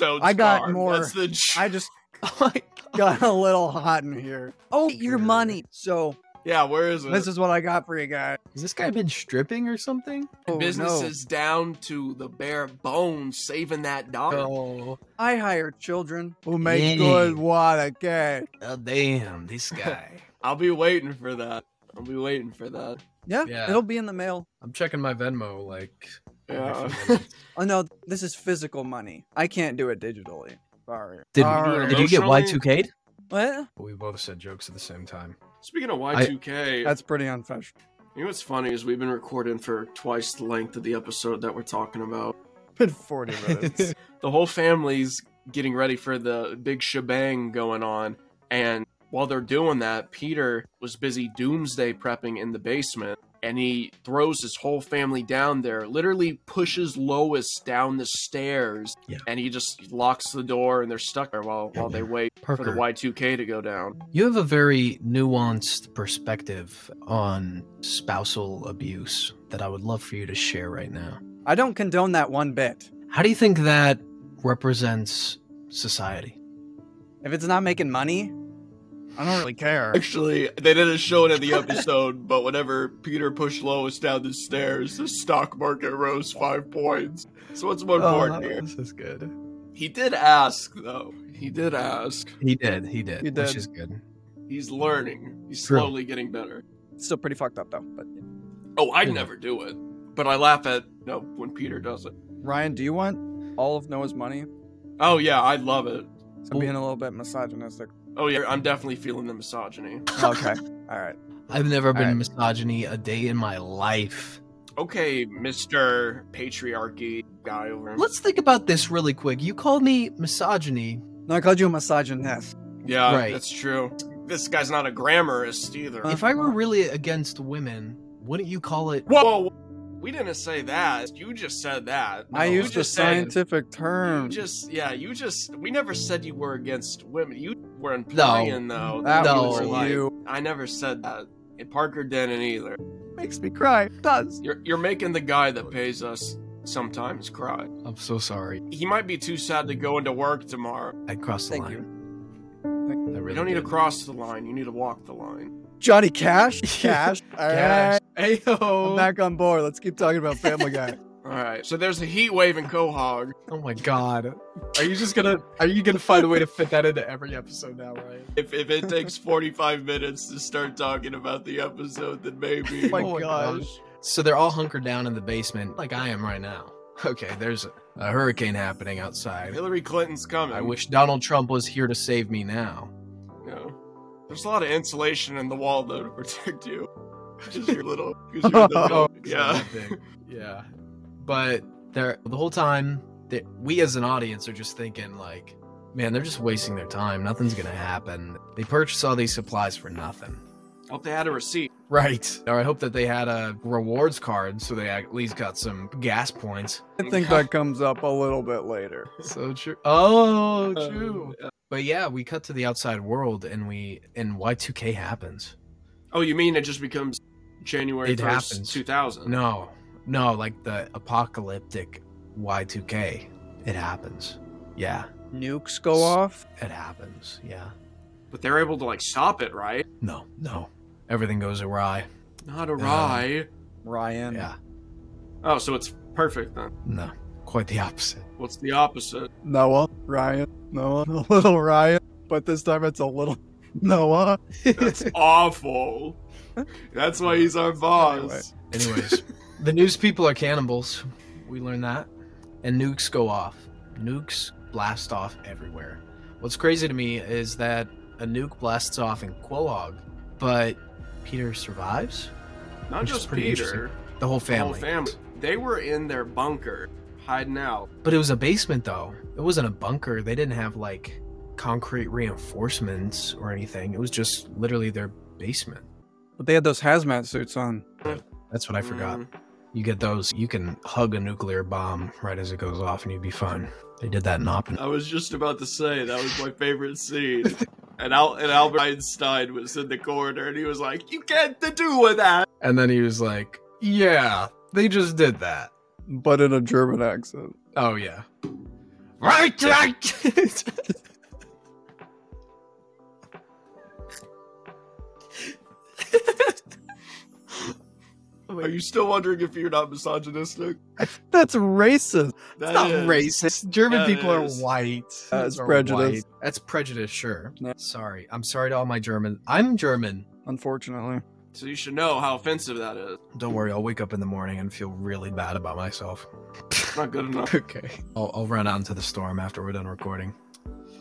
Speaker 7: Flintstones.
Speaker 5: I got
Speaker 7: car.
Speaker 5: more.
Speaker 7: That's the j-
Speaker 5: I just
Speaker 9: Oh
Speaker 5: got a little hot in here. Oh, your
Speaker 3: Sure.
Speaker 5: money. So
Speaker 7: yeah, where is it?
Speaker 5: this is what I got for you guys.
Speaker 3: Has this guy been stripping or something?
Speaker 5: Oh,
Speaker 7: Business
Speaker 5: no.
Speaker 7: is down to the bare bones, saving that dollar.
Speaker 3: Oh,
Speaker 5: I hire children who make
Speaker 3: Yay.
Speaker 5: good water cash.
Speaker 3: oh damn, this guy.
Speaker 7: I'll be waiting for that. I'll be waiting for that.
Speaker 5: Yeah,
Speaker 3: Yeah.
Speaker 5: it'll be in the mail.
Speaker 3: I'm checking my Venmo like every
Speaker 7: Yeah.
Speaker 3: few minutes.
Speaker 5: Oh no, this is physical money. I can't do it digitally. Sorry.
Speaker 9: Did,
Speaker 5: Sorry.
Speaker 9: did you get
Speaker 4: Emotionally?
Speaker 9: Y2K'd?
Speaker 5: What?
Speaker 3: We both said jokes at the same time.
Speaker 4: Speaking of Y2K,
Speaker 5: That's pretty unprofessional.
Speaker 4: you know what's funny is we've been recording for twice the length of the episode that we're talking about.
Speaker 5: Been 40 minutes.
Speaker 4: The whole family's getting ready for the big shebang going on, and while they're doing that, Peter was busy doomsday prepping in the basement. And he throws his whole family down there, literally pushes Lois down the stairs,
Speaker 9: Yeah.
Speaker 4: and he just locks the door, and they're stuck there while, while they wait for the
Speaker 3: Parker,
Speaker 4: Y2K to go down.
Speaker 3: you have a very nuanced perspective on spousal abuse that I would love for you to share right now.
Speaker 5: I don't condone that one bit.
Speaker 3: How do you think that represents society?
Speaker 5: If it's not making money, I don't really care.
Speaker 7: Actually, they didn't show it in the episode, but whenever Peter pushed Lois down the stairs, the stock market rose five points. So what's
Speaker 3: Oh,
Speaker 7: more important here?
Speaker 3: this is good.
Speaker 7: He did ask, though. He did ask.
Speaker 3: He did. He did.
Speaker 5: He
Speaker 3: Which
Speaker 5: did.
Speaker 3: is good.
Speaker 7: He's learning. He's
Speaker 3: True.
Speaker 7: slowly getting better.
Speaker 5: Still pretty fucked up though. But
Speaker 7: Oh, I'd
Speaker 3: Yeah.
Speaker 7: never do it, but I laugh at no when Peter does it.
Speaker 5: Ryan, do you want all of Noah's money?
Speaker 7: Oh yeah, I love it.
Speaker 5: So I'm being a little bit misogynistic.
Speaker 7: Oh yeah, I'm definitely feeling the misogyny.
Speaker 5: Okay. all right.
Speaker 3: I've never been
Speaker 5: All right.
Speaker 3: misogyny a day in my life.
Speaker 7: Okay, Mister Patriarchy guy over. Him.
Speaker 3: Let's think about this really quick. You called me misogyny.
Speaker 5: No, I called you a misogynist.
Speaker 7: Yeah,
Speaker 3: Right.
Speaker 7: that's true. This guy's not a grammarist either.
Speaker 3: If I were really against women, wouldn't you call it?
Speaker 7: Whoa, whoa, whoa. we didn't say that. You just said that.
Speaker 5: I
Speaker 7: No, you
Speaker 5: used the
Speaker 7: just said-
Speaker 5: scientific
Speaker 7: You
Speaker 5: term.
Speaker 7: just yeah, you just we never said you were against women. You were implying though
Speaker 5: that
Speaker 7: you
Speaker 3: No.
Speaker 7: were
Speaker 5: was
Speaker 7: like-
Speaker 5: you.
Speaker 7: I never said that. And Parker didn't either.
Speaker 5: Makes me cry. It does.
Speaker 7: You're you're making the guy that pays us sometimes cry.
Speaker 3: I'm so sorry.
Speaker 7: He might be too sad to go into work tomorrow.
Speaker 3: I crossed the
Speaker 5: Thank
Speaker 3: line.
Speaker 5: Thank-
Speaker 3: I really
Speaker 7: You don't need to
Speaker 3: did.
Speaker 7: cross the line. You need to walk the line.
Speaker 5: Johnny Cash? Cash. All right.
Speaker 3: Ayo.
Speaker 5: I'm back on board. Let's keep talking about Family Guy.
Speaker 7: All right. So there's a heat wave in Quahog.
Speaker 3: Oh my god. Are you just gonna are you gonna find a way to fit that into every episode now, right?
Speaker 7: If if it takes 45 minutes to start talking about the episode, then maybe.
Speaker 3: Oh my gosh. So they're all hunkered down in the basement like I am right now. Okay, there's a, a hurricane happening outside.
Speaker 7: Hillary Clinton's coming.
Speaker 3: I wish Donald Trump was here to save me now.
Speaker 7: You know, there's a lot of insulation in the wall though to protect you. Just your little. 'cause you're the
Speaker 3: Oh,
Speaker 7: little- yeah.
Speaker 3: Yeah. But they're the whole time that we as an audience are just thinking like, man, they're just wasting their time. Nothing's gonna happen. They purchased all these supplies for nothing.
Speaker 7: Hope Oh, they had a receipt.
Speaker 3: Right. Or I hope that they had a rewards card so they at least got some gas points.
Speaker 5: I think that comes up a little bit later.
Speaker 3: So true. Oh, true. But yeah, we cut to the outside world and we and Y2K happens.
Speaker 7: Oh, you mean it just becomes January
Speaker 3: It
Speaker 7: 1st,
Speaker 3: happens.
Speaker 7: 2000?
Speaker 3: No. No, like the apocalyptic Y2K. It happens. Yeah,
Speaker 5: Nukes go off.
Speaker 3: it happens. Yeah.
Speaker 7: But they're able to like stop it, right?
Speaker 3: No. No. Everything goes awry.
Speaker 7: Not
Speaker 3: Uh.
Speaker 7: a rye.
Speaker 5: Ryan.
Speaker 3: Yeah.
Speaker 7: oh, so it's perfect then.
Speaker 3: No. Quite the opposite.
Speaker 7: What's the opposite?
Speaker 5: Noah. Ryan. Noah. A little Ryan. But this time it's a little Noah.
Speaker 7: That's awful. That's why he's our boss.
Speaker 3: Anyways, the news people are cannibals. We learn that. And nukes go off. Nukes blast off everywhere. What's crazy to me is that a nuke blasts off in Quahog, but Peter survives?
Speaker 7: Not
Speaker 3: Which is
Speaker 7: just
Speaker 3: pretty
Speaker 7: Peter,
Speaker 3: The whole
Speaker 7: the
Speaker 3: family.
Speaker 7: whole family. They were in their bunker, hiding out.
Speaker 3: But it was a basement, though. It wasn't a bunker. They didn't have, like, concrete reinforcements or anything. It was just literally their basement.
Speaker 5: But they had those hazmat suits on.
Speaker 3: That's what I forgot.
Speaker 7: Mm,
Speaker 3: You get those, you can hug a nuclear bomb right as it goes off and you'd be fine. They did that in
Speaker 7: I
Speaker 3: Oppenheimer.
Speaker 7: was just about to say that was my favorite scene. And, Al- and Albert Einstein was in the corner, and he was like, "You can't do with that."
Speaker 3: And then he was like, Yeah, they just did that.
Speaker 5: But in a German accent.
Speaker 3: Oh, yeah. Right, right. Oh,
Speaker 7: Are you still wondering if you're not misogynistic?
Speaker 5: That's racist.
Speaker 7: That's
Speaker 3: racist. German
Speaker 7: That
Speaker 3: people
Speaker 7: is.
Speaker 3: are white.
Speaker 5: That's
Speaker 3: Are
Speaker 5: prejudice.
Speaker 3: white. That's prejudice, sure.
Speaker 5: Yeah.
Speaker 3: Sorry. I'm sorry to all my German. I'm German.
Speaker 5: Unfortunately.
Speaker 7: So you should know how offensive that is.
Speaker 3: Don't worry. I'll wake up in the morning and feel really bad about myself.
Speaker 7: Not good enough.
Speaker 3: okay. I'll, I'll run out into the storm after we're done recording.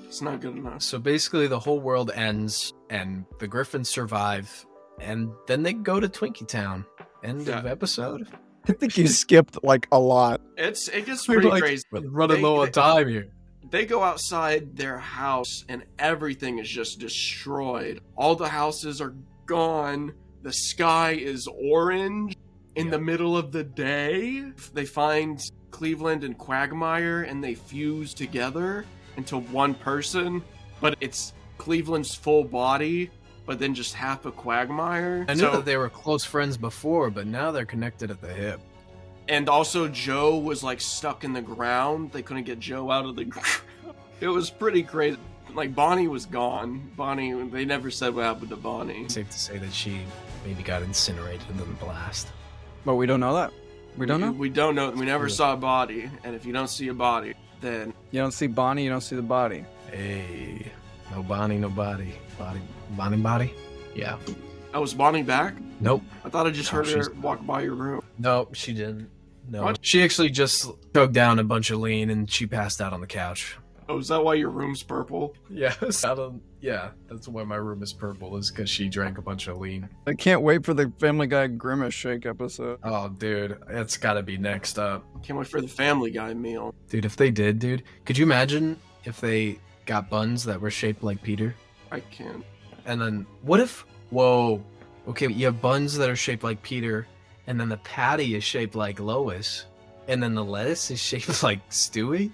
Speaker 7: It's not good enough.
Speaker 3: So basically, the whole world ends, and the Griffins survive, and then they go to Twinkie Town. End of
Speaker 7: Yeah.
Speaker 3: episode.
Speaker 10: I think you skipped like a lot.
Speaker 7: It's it gets
Speaker 3: We're
Speaker 7: pretty
Speaker 3: like-
Speaker 7: crazy.
Speaker 3: We're running
Speaker 7: They-
Speaker 3: low on
Speaker 7: they-
Speaker 3: time here.
Speaker 7: They go outside their house and everything is just destroyed. All the houses are gone. The sky is orange in the middle of the day. They find Cleveland and Quagmire and they fuse together into one person, but it's Cleveland's full body, but then just half a Quagmire.
Speaker 3: I knew
Speaker 7: So-
Speaker 3: that they were close friends before, but now they're connected at the hip.
Speaker 7: and also Joe was like stuck in the ground. They couldn't get Joe out of the. ground. it was pretty crazy. Like Bonnie was gone. Bonnie, they never said what happened to Bonnie.
Speaker 3: Safe to say that she maybe got incinerated in the blast.
Speaker 5: But we don't know that. We don't know.
Speaker 7: We don't know. We never saw a body. And if you don't see a body, then
Speaker 5: You don't see Bonnie, you don't see the body.
Speaker 3: Hey, no Bonnie, no body, body, Bonnie, body. Yeah.
Speaker 7: oh, was Bonnie back?
Speaker 3: Nope.
Speaker 7: I thought I just
Speaker 5: Oh,
Speaker 3: No,
Speaker 7: heard her
Speaker 3: she's-
Speaker 7: walk by your room.
Speaker 3: Nope. She didn't. No.
Speaker 7: What?
Speaker 3: She actually just choked down a bunch of lean and she passed out on the couch.
Speaker 7: Oh, is that why your room's purple?
Speaker 3: Yes. I don't. Yeah. That's why my room is purple. Is because she drank a bunch of lean.
Speaker 5: I can't wait for the Family Guy Grimace Shake episode.
Speaker 3: Oh, dude, it's got to be next up.
Speaker 7: Can't wait for the Family Guy meal.
Speaker 3: Dude, if they did, dude, could you imagine if they got buns that were shaped like Peter?
Speaker 7: I can't.
Speaker 3: And then what if whoa. Okay, you have buns that are shaped like Peter, and then the patty is shaped like Lois, and then the lettuce is shaped like Stewie?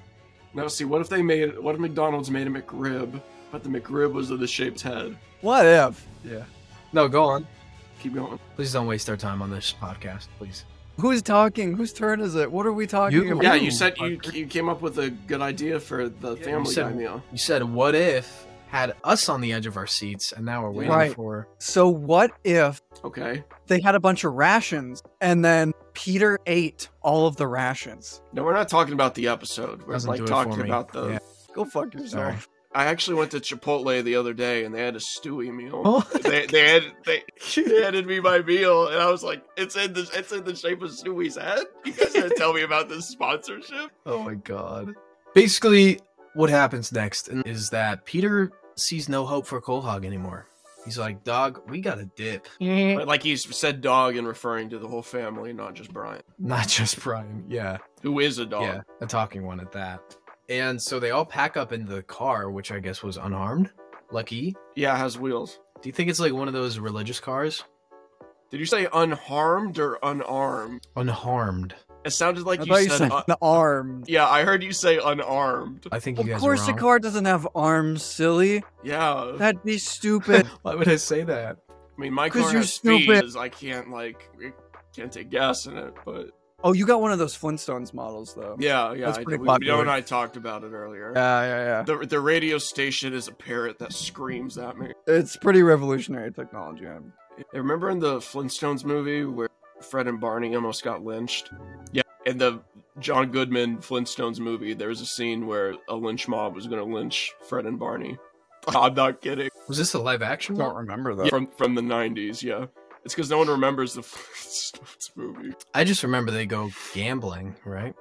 Speaker 7: Now, see, what if they made? What if McDonald's made a McRib, but the McRib was of the shaped head?
Speaker 5: What if?
Speaker 3: Yeah. No, go on.
Speaker 7: Keep going.
Speaker 3: Please don't waste our time on this podcast, please.
Speaker 5: Who's talking? Whose turn is it? What are we talking
Speaker 3: You-
Speaker 5: about?
Speaker 7: Yeah,
Speaker 3: Ooh,
Speaker 7: you said you,
Speaker 3: Parker.
Speaker 7: you came up with a good idea for the
Speaker 3: you
Speaker 7: Family
Speaker 3: said-
Speaker 7: Guy meal.
Speaker 3: You said what if had us on the edge of our seats and now we're waiting
Speaker 5: Right.
Speaker 3: for
Speaker 5: So what if
Speaker 7: Okay.
Speaker 5: they had a bunch of rations and then Peter ate all of the rations?
Speaker 7: No, we're not talking about the episode. We're
Speaker 3: Doesn't do
Speaker 7: like
Speaker 3: it
Speaker 7: talking
Speaker 3: for me.
Speaker 7: about the.
Speaker 3: Yeah.
Speaker 5: Go fuck yourself.
Speaker 3: Sorry.
Speaker 7: I actually went to Chipotle the other day and they had a Stewie meal.
Speaker 3: Oh.
Speaker 7: They they had they, they handed me my meal and I was like, it's in the it's in the shape of Stewie's head. You guys gonna tell me about this sponsorship?
Speaker 3: Oh my god. Basically, what happens next is that Peter sees no hope for Colhog anymore. He's like, dog, we gotta dip.
Speaker 7: But like he said, dog and referring to the whole family, not just Brian,
Speaker 3: Not just Brian. Yeah.
Speaker 7: who is a dog.
Speaker 3: Yeah. A talking one at that. And so they all pack up into the car, which I guess was unharmed. Lucky.
Speaker 7: yeah, has wheels.
Speaker 3: Do you think it's like one of those religious cars?
Speaker 7: Did you say unharmed or unarmed?
Speaker 3: Unharmed.
Speaker 7: It sounded like
Speaker 5: I
Speaker 7: you
Speaker 5: thought
Speaker 7: said.
Speaker 5: you said
Speaker 7: uh,
Speaker 5: the arm.
Speaker 7: yeah, I heard you say unarmed.
Speaker 3: I think you
Speaker 5: Of
Speaker 3: guys
Speaker 5: course,
Speaker 3: are
Speaker 5: the
Speaker 3: wrong.
Speaker 5: car doesn't have arms, silly.
Speaker 7: Yeah.
Speaker 5: That'd be stupid.
Speaker 3: Why would I say that?
Speaker 7: I mean, my
Speaker 5: 'Cause
Speaker 7: car
Speaker 5: you're
Speaker 7: has speed,
Speaker 5: stupid.
Speaker 7: is I can't like it can't take gas in it, but
Speaker 5: oh, you got one of those Flintstones models, though.
Speaker 7: yeah, yeah.
Speaker 5: That's
Speaker 7: I,
Speaker 5: pretty
Speaker 7: we,
Speaker 5: popular.
Speaker 7: Joe and I talked about it earlier.
Speaker 5: yeah, yeah, yeah.
Speaker 7: The the radio station is a parrot that screams at me.
Speaker 5: It's pretty revolutionary technology. I'm-
Speaker 7: Remember in the Flintstones movie where Fred and Barney almost got lynched? Yeah. In the John Goodman Flintstones movie, there was a scene where a lynch mob was going to lynch Fred and Barney. I'm not kidding.
Speaker 3: Was this a live action one?
Speaker 5: Don't remember that.
Speaker 7: From from the 90s, yeah. It's because no one remembers the Flintstones movie.
Speaker 3: I just remember they go gambling, right?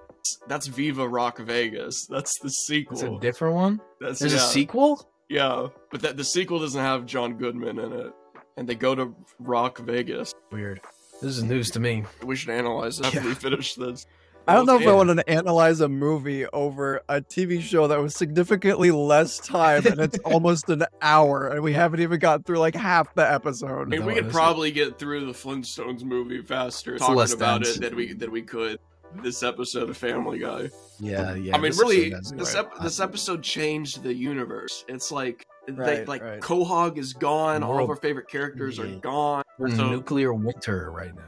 Speaker 7: That's Viva Rock Vegas. That's the sequel.
Speaker 3: It's a different one?
Speaker 7: That's
Speaker 3: There's
Speaker 7: yeah,
Speaker 3: a sequel?
Speaker 7: yeah, but that the sequel doesn't have John Goodman in it, and they go to Rock Vegas.
Speaker 3: Weird. This is news to me.
Speaker 7: We should analyze it after
Speaker 3: Yeah.
Speaker 7: we finish this.
Speaker 5: I don't know if I
Speaker 7: Okay.
Speaker 5: want to analyze a movie over a TV show that was significantly less time, and it's almost an hour, and we haven't even got through like half the
Speaker 7: I
Speaker 5: episode.
Speaker 7: mean, we
Speaker 3: No,
Speaker 7: could
Speaker 3: this-
Speaker 7: probably get through the Flintstones movie faster
Speaker 3: It's less
Speaker 7: talking about
Speaker 3: dense.
Speaker 7: it than we than we could this episode of Family Guy.
Speaker 3: Yeah, yeah.
Speaker 7: I mean,
Speaker 3: this
Speaker 7: really,
Speaker 3: episode
Speaker 7: this,
Speaker 3: doesn't-
Speaker 7: ep- this episode changed the universe. It's like they
Speaker 5: Right,
Speaker 7: like
Speaker 5: right.
Speaker 7: Quahog is gone. All of
Speaker 3: World-
Speaker 7: our favorite characters are
Speaker 3: Yeah.
Speaker 7: gone.
Speaker 3: We're in
Speaker 7: So-
Speaker 5: Mm-hmm.
Speaker 3: nuclear winter right now.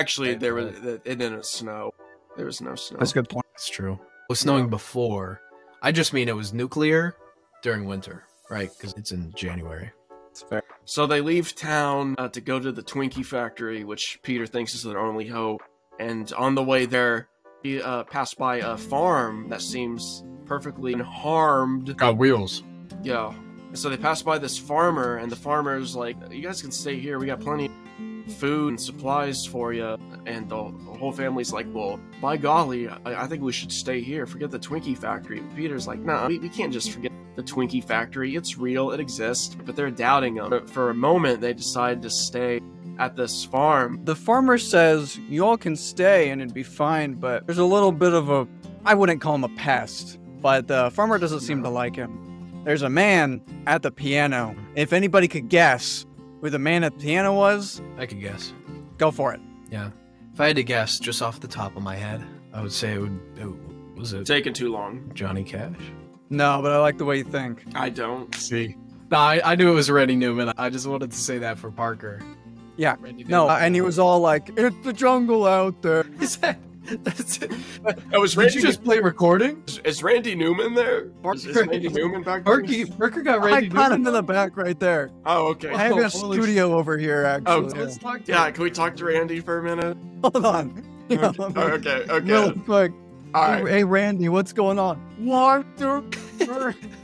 Speaker 7: Actually,
Speaker 3: Right,
Speaker 7: there was
Speaker 3: right.
Speaker 7: it didn't snow. There was no snow.
Speaker 5: That's a good point.
Speaker 3: That's true. It was snowing before. I just mean it was nuclear during winter, right? Because it's in January.
Speaker 5: It's fair.
Speaker 7: So they leave town uh, to go to the Twinkie factory, which Peter thinks is their only hope. And on the way there, he uh, passed by a farm that seems perfectly unharmed.
Speaker 3: Got wheels.
Speaker 7: Yeah. So they pass by this farmer, and the farmer's like, "You guys can stay here. We got plenty of food and supplies for you." And the, the whole family's like, "Well, by golly, I, I think we should stay here. Forget the Twinkie factory." Peter's like, "No, nah, we, we can't just forget the Twinkie factory. It's real, it exists, but they're doubting them. But for a moment, they decide to stay at this farm.
Speaker 5: The farmer says, You all can stay and it'd be fine, but there's a little bit of a. I wouldn't call him a pest, but the farmer doesn't seem to like him. There's a man at the piano. If anybody could guess who the man at the piano was,
Speaker 3: I could guess.
Speaker 5: go for it.
Speaker 3: If I had to guess just off the top of my head, I would say it would. It, was it
Speaker 7: Taking too long.
Speaker 3: Johnny Cash?
Speaker 5: No, but I like the way you think.
Speaker 7: I don't.
Speaker 3: See. No, I, I knew it was Randy Newman. I just wanted to say that for Parker.
Speaker 5: Yeah.
Speaker 3: Randy
Speaker 5: No,
Speaker 3: Newman.
Speaker 5: and he was all like, It's the jungle out there.
Speaker 3: Is that- that's it.
Speaker 7: Oh, is
Speaker 3: Did
Speaker 7: Randy,
Speaker 3: you just play recording?
Speaker 7: is, is Randy Newman there? Is, is Randy Newman back there?
Speaker 3: Parker, Parker got
Speaker 5: I
Speaker 3: Randy
Speaker 5: caught
Speaker 3: Newman.
Speaker 5: him in the back right there.
Speaker 7: Oh, okay.
Speaker 5: I have a
Speaker 3: holy
Speaker 5: studio over here,
Speaker 7: Oh,
Speaker 5: actually.
Speaker 3: Let's talk to
Speaker 7: Yeah,
Speaker 3: him.
Speaker 7: can we talk to Randy for a minute?
Speaker 5: Hold on.
Speaker 7: Okay, Oh, okay. okay.
Speaker 5: Real quick.
Speaker 7: All right.
Speaker 5: Hey, Randy, what's going on? Walter,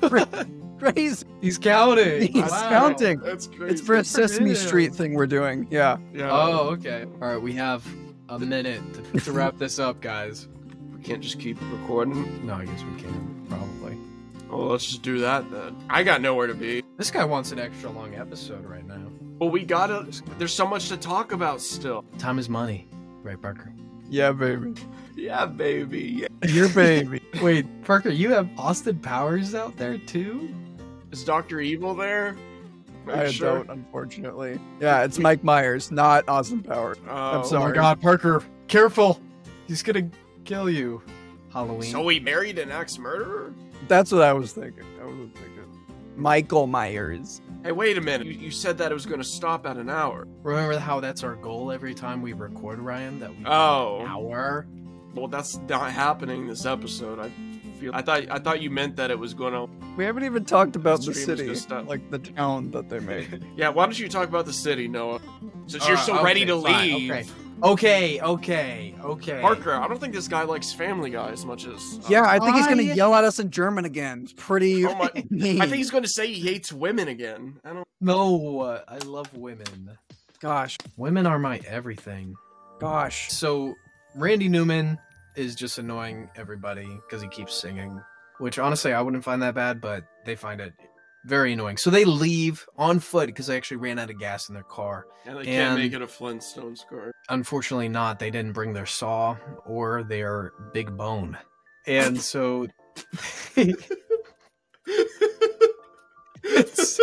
Speaker 5: crazy.
Speaker 3: He's counting.
Speaker 5: He's counting.
Speaker 7: That's crazy.
Speaker 5: It's for a Sesame
Speaker 3: him.
Speaker 5: Street thing we're doing. Yeah.
Speaker 7: yeah.
Speaker 3: Oh, okay. All right, we have a minute to, to wrap this up, guys.
Speaker 7: We can't just keep recording.
Speaker 3: No, I guess we can probably.
Speaker 7: Well, let's just do that then. I got nowhere to be.
Speaker 3: This guy wants an extra long episode right now.
Speaker 7: Well, we gotta. There's so much to talk about still.
Speaker 3: Time is money, right, Parker?
Speaker 5: Yeah, baby.
Speaker 7: Yeah, baby. Yeah.
Speaker 5: Your baby.
Speaker 3: Wait, Parker, you have Austin Powers out there too?
Speaker 7: Is Doctor Evil there? Are you
Speaker 5: I
Speaker 7: sure?
Speaker 5: don't, unfortunately. Yeah, it's Mike Myers, not Austin Power.
Speaker 7: Oh.
Speaker 5: I'm
Speaker 3: Oh
Speaker 5: sorry.
Speaker 3: my God, Parker, careful! He's gonna kill you. Halloween.
Speaker 7: So we married an ex murderer?
Speaker 5: That's what I was thinking. I wasn't thinking. Michael Myers.
Speaker 7: Hey, wait a minute. You, you said that it was gonna stop at an hour.
Speaker 3: Remember how that's our goal every time we record, Ryan? That we
Speaker 7: Oh.
Speaker 3: an hour.
Speaker 7: Well, that's not happening this episode. I feel. I thought. I thought you meant that it was gonna.
Speaker 5: We haven't even talked about the
Speaker 7: Stream is
Speaker 5: city,
Speaker 7: just up.
Speaker 5: like the town that they made.
Speaker 7: Yeah. Why don't you talk about the city, Noah? Since you're
Speaker 3: All right,
Speaker 7: so
Speaker 3: Uh, okay,
Speaker 7: ready to
Speaker 3: fine,
Speaker 7: leave.
Speaker 3: okay. Okay, okay, okay.
Speaker 7: Parker, I don't think this guy likes Family Guy as much as. uh,
Speaker 5: yeah, I think he's gonna
Speaker 3: Why?
Speaker 5: yell at us in German again. It's pretty
Speaker 7: Oh my-
Speaker 5: mean.
Speaker 7: I think he's going to say he hates women again. I don't.
Speaker 3: No, uh, I love women.
Speaker 5: Gosh,
Speaker 3: Women are my everything.
Speaker 5: gosh.
Speaker 3: So Randy Newman is just annoying everybody because he keeps singing, which honestly I wouldn't find that bad, but they find it very annoying. So they leave on foot because they actually ran out of gas in their car.
Speaker 7: And they can't
Speaker 3: And-
Speaker 7: make it a Flintstone score.
Speaker 3: Unfortunately, not. They didn't bring their saw or their big bone, and so. it's,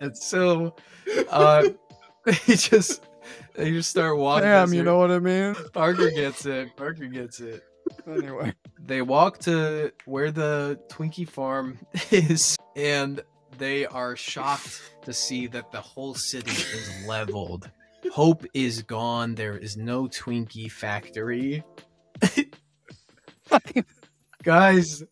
Speaker 3: it's so uh, they just they just start walking.
Speaker 5: Damn,
Speaker 3: as
Speaker 5: you
Speaker 3: they're-
Speaker 5: know what I mean?
Speaker 3: Parker gets it. Parker gets it.
Speaker 5: Anyway.
Speaker 3: They walk to where the Twinkie farm is, and they are shocked to see that the whole city is leveled. Hope is gone. There is no Twinkie factory. Guys,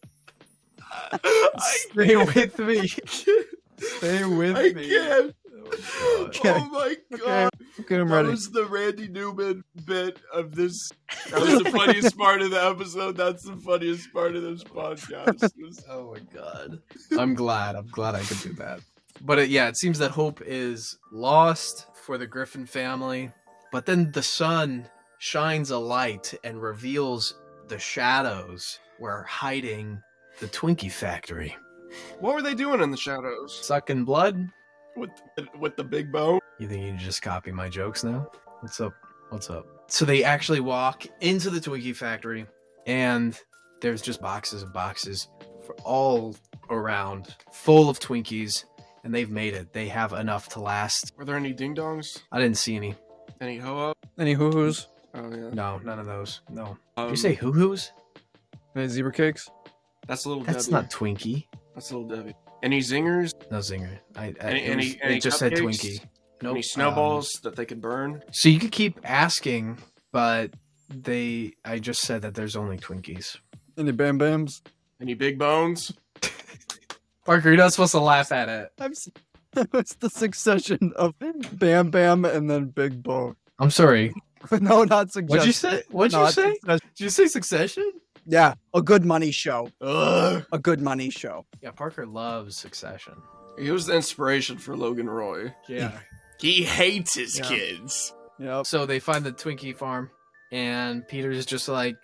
Speaker 3: stay with me. Stay with
Speaker 7: I
Speaker 3: me.
Speaker 7: can't.
Speaker 3: Oh my
Speaker 5: Okay.
Speaker 7: Oh my god.
Speaker 5: Okay, Okay, I'm
Speaker 7: That
Speaker 5: ready.
Speaker 7: was the Randy Newman bit of this. That was the funniest part of the episode. That's the funniest part of this podcast.
Speaker 3: god. Oh my god. I'm glad. I'm glad I could do that. But it, yeah, it seems that hope is lost for the Griffin family. But then the sun shines a light and reveals the shadows were hiding the Twinkie factory.
Speaker 7: What were they doing in the shadows?
Speaker 3: Sucking blood?
Speaker 7: With with the big bone?
Speaker 3: You think you can just copy my jokes now? What's up? What's up? So they actually walk into the Twinkie factory, and there's just boxes and boxes for all around, full of Twinkies, and they've made it. They have enough to last.
Speaker 7: Were there any ding dongs?
Speaker 3: I didn't see any.
Speaker 7: Any ho up?
Speaker 5: Any hoo hoos?
Speaker 7: Oh yeah.
Speaker 3: No, none of those. No. Did
Speaker 7: Um,
Speaker 3: you say hoo hoos?
Speaker 5: Any zebra cakes?
Speaker 7: that's a little.
Speaker 3: That's
Speaker 7: Debbie.
Speaker 3: not Twinkie.
Speaker 7: That's a little Debbie. Any zingers?
Speaker 3: No zinger. I, I
Speaker 7: Any-
Speaker 3: it, was-
Speaker 7: any- any
Speaker 3: it just said
Speaker 7: cupcakes?
Speaker 3: Twinkie. No
Speaker 7: Any snowballs
Speaker 3: Um,
Speaker 7: that they could burn?
Speaker 3: so you could keep asking, but they. I just said that there's only Twinkies.
Speaker 5: Any bam bams?
Speaker 7: Any big bones?
Speaker 3: Parker, you're not supposed to laugh at it.
Speaker 5: I'm s- it's the succession of Bam Bam and then Big Bone.
Speaker 3: I'm sorry.
Speaker 5: no, not suggestion.
Speaker 3: What'd you say? What'd you
Speaker 5: Not
Speaker 3: say?
Speaker 5: success-
Speaker 3: Did you say Succession?
Speaker 5: Yeah, a good money show. A good money show.
Speaker 3: Yeah, Parker loves Succession.
Speaker 7: He was the inspiration for Logan Roy.
Speaker 3: Yeah.
Speaker 7: He hates his
Speaker 3: Yeah.
Speaker 7: kids.
Speaker 5: Yep.
Speaker 3: so they find the Twinkie farm, and Peter's just like,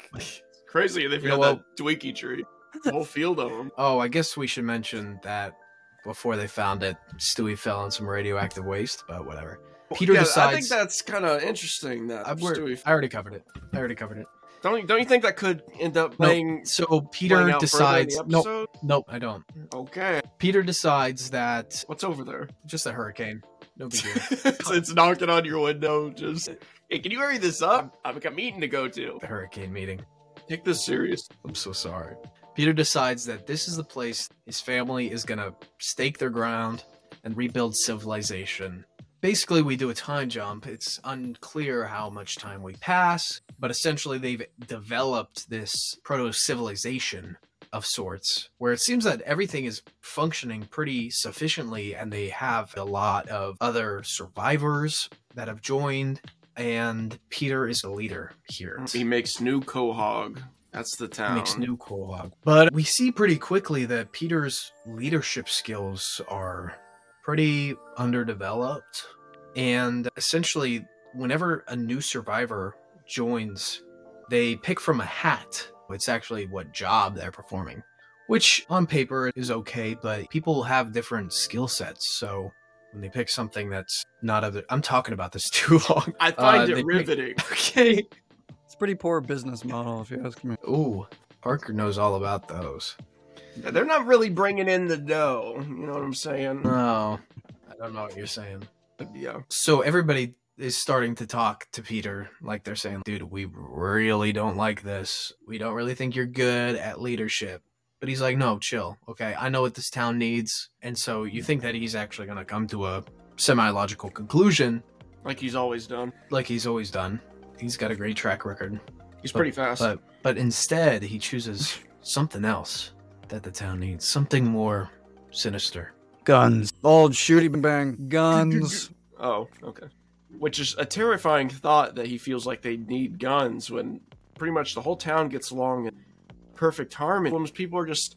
Speaker 7: Crazy. They
Speaker 3: know
Speaker 7: found that Twinkie tree. whole field of them.
Speaker 3: Oh, I guess we should mention that before they found it, Stewie fell on some radioactive waste, but whatever. Peter
Speaker 7: yeah, I
Speaker 3: decides-
Speaker 7: think that's kind of interesting. That
Speaker 3: I,
Speaker 7: Stewie-
Speaker 3: I already covered it. I already covered it.
Speaker 7: don't you, don't you think that could end up playing?
Speaker 3: So
Speaker 7: playing
Speaker 3: Peter
Speaker 7: out further in the
Speaker 3: decides. Nope,
Speaker 7: episode?
Speaker 3: nope, I don't.
Speaker 7: Okay,
Speaker 3: Peter decides that
Speaker 7: what's over there?
Speaker 3: just a hurricane. No big deal.
Speaker 7: it's, it's knocking on your window. Just hey, can you hurry this up? I've got a meeting to go to.
Speaker 3: the hurricane meeting.
Speaker 7: Take this serious.
Speaker 3: I'm so sorry. Peter decides that this is the place his family is going to stake their ground and rebuild civilization. Basically, we do a time jump. It's unclear how much time we pass, but essentially, they've developed this proto civilization of sorts where it seems that everything is functioning pretty sufficiently and they have a lot of other survivors that have joined and peter is the leader here
Speaker 7: He makes new Quahog. That's the town.
Speaker 3: makes new Kolog. But we see pretty quickly that Peter's leadership skills are pretty underdeveloped. And essentially, whenever a new survivor joins, they pick from a hat. It's actually what job they're performing, which on paper is okay, but people have different skill sets. So when they pick something that's not of the, I'm talking about this too long.
Speaker 7: I find
Speaker 3: Uh, they
Speaker 7: it
Speaker 3: pick-
Speaker 7: riveting.
Speaker 3: Okay.
Speaker 5: It's a pretty poor business model, if you ask me.
Speaker 3: Ooh, Parker knows all about those.
Speaker 7: They're not really bringing in the dough. You know what I'm saying?
Speaker 3: No, I don't know what you're saying.
Speaker 7: yeah.
Speaker 3: So everybody is starting to talk to Peter, like they're saying, "Dude, we really don't like this. We don't really think you're good at leadership." But he's like, "No, chill. Okay, I know what this town needs." And so you think that he's actually going to come to a semi-logical conclusion,
Speaker 7: Like he's always done.
Speaker 3: like he's always done. He's got a great track record.
Speaker 7: He's
Speaker 3: But-
Speaker 7: pretty fast.
Speaker 3: But but instead, he chooses something else that the town needs, something more sinister.
Speaker 5: Guns. Old shooty bang. Guns.
Speaker 7: Oh, okay. Which is a terrifying thought that he feels like they need guns when pretty much the whole town gets along in perfect harmony. When people are just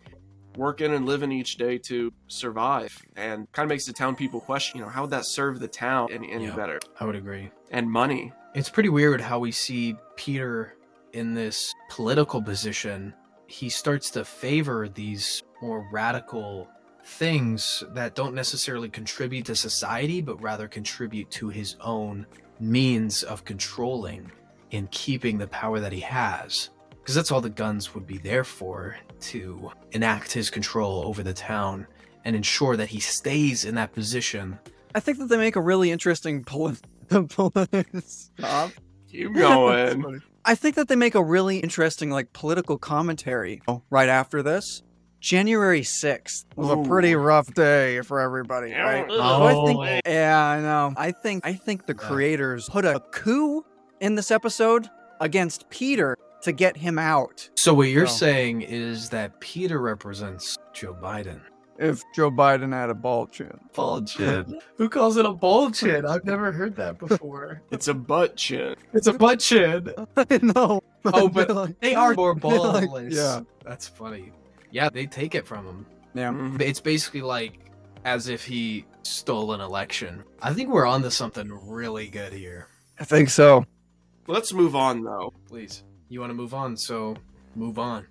Speaker 7: working and living each day to survive, and kind of makes the town people question, you know, how would that serve the town any, any
Speaker 3: Yeah.
Speaker 7: better?
Speaker 3: I would agree.
Speaker 7: And money.
Speaker 3: It's pretty weird how we see Peter in this political position. He starts to favor these more radical things that don't necessarily contribute to society, but rather contribute to his own means of controlling and keeping the power that he has. Because that's all the guns would be there for to enact his control over the town and ensure that he stays in that position.
Speaker 5: I think that they make a really interesting polit- Stop.
Speaker 7: Keep going.
Speaker 5: I think that they make a really interesting like political commentary right after this. January 6th was a pretty
Speaker 7: Ooh.
Speaker 5: rough day for everybody,
Speaker 7: Yeah,
Speaker 5: right?
Speaker 7: it was a
Speaker 5: So I
Speaker 7: whole
Speaker 3: Oh,
Speaker 7: day.
Speaker 5: think Yeah, I know. I think I think the creators put a coup in this episode against Peter to get him out.
Speaker 3: So, what you're
Speaker 5: So-
Speaker 3: saying is that Peter represents Joe Biden.
Speaker 5: If Joe Biden had a ball chin.
Speaker 3: Bullshit. Who calls it a bullshit? I've never heard that before.
Speaker 7: it's a butt chin.
Speaker 3: It's a butt chin.
Speaker 5: no.
Speaker 3: Oh, but they are more
Speaker 5: they're like-
Speaker 3: ballless.
Speaker 5: yeah.
Speaker 3: That's funny. Yeah, they take it from him.
Speaker 5: Yeah.
Speaker 7: Mhm.
Speaker 3: It's basically like as if he stole an election. I think we're onto something really good here.
Speaker 5: I think so.
Speaker 7: Let's move on though.
Speaker 3: Please. You want to move on, so move on.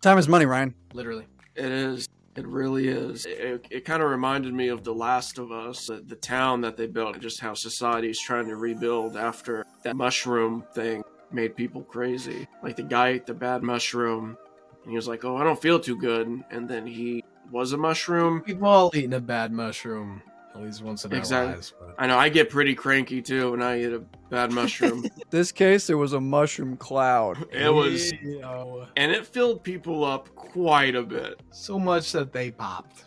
Speaker 5: Time is money, Ryan.
Speaker 3: Literally.
Speaker 7: It is. It really is. It, it, kind of reminded me of The Last of Us, the, the town that they built, and just how society is trying to rebuild after that mushroom thing made people crazy. Like the guy ate the bad mushroom, and he was like, "Oh, I don't feel too good," and then he was a mushroom.
Speaker 3: We've all eaten a bad mushroom at least once in
Speaker 7: Exactly.
Speaker 3: our lives. But...
Speaker 7: I know I get pretty cranky too when I eat a bad mushroom.
Speaker 5: This case it was a mushroom cloud.
Speaker 7: it was,
Speaker 3: Yo,
Speaker 7: and it filled people up quite a bit.
Speaker 3: so much that they popped.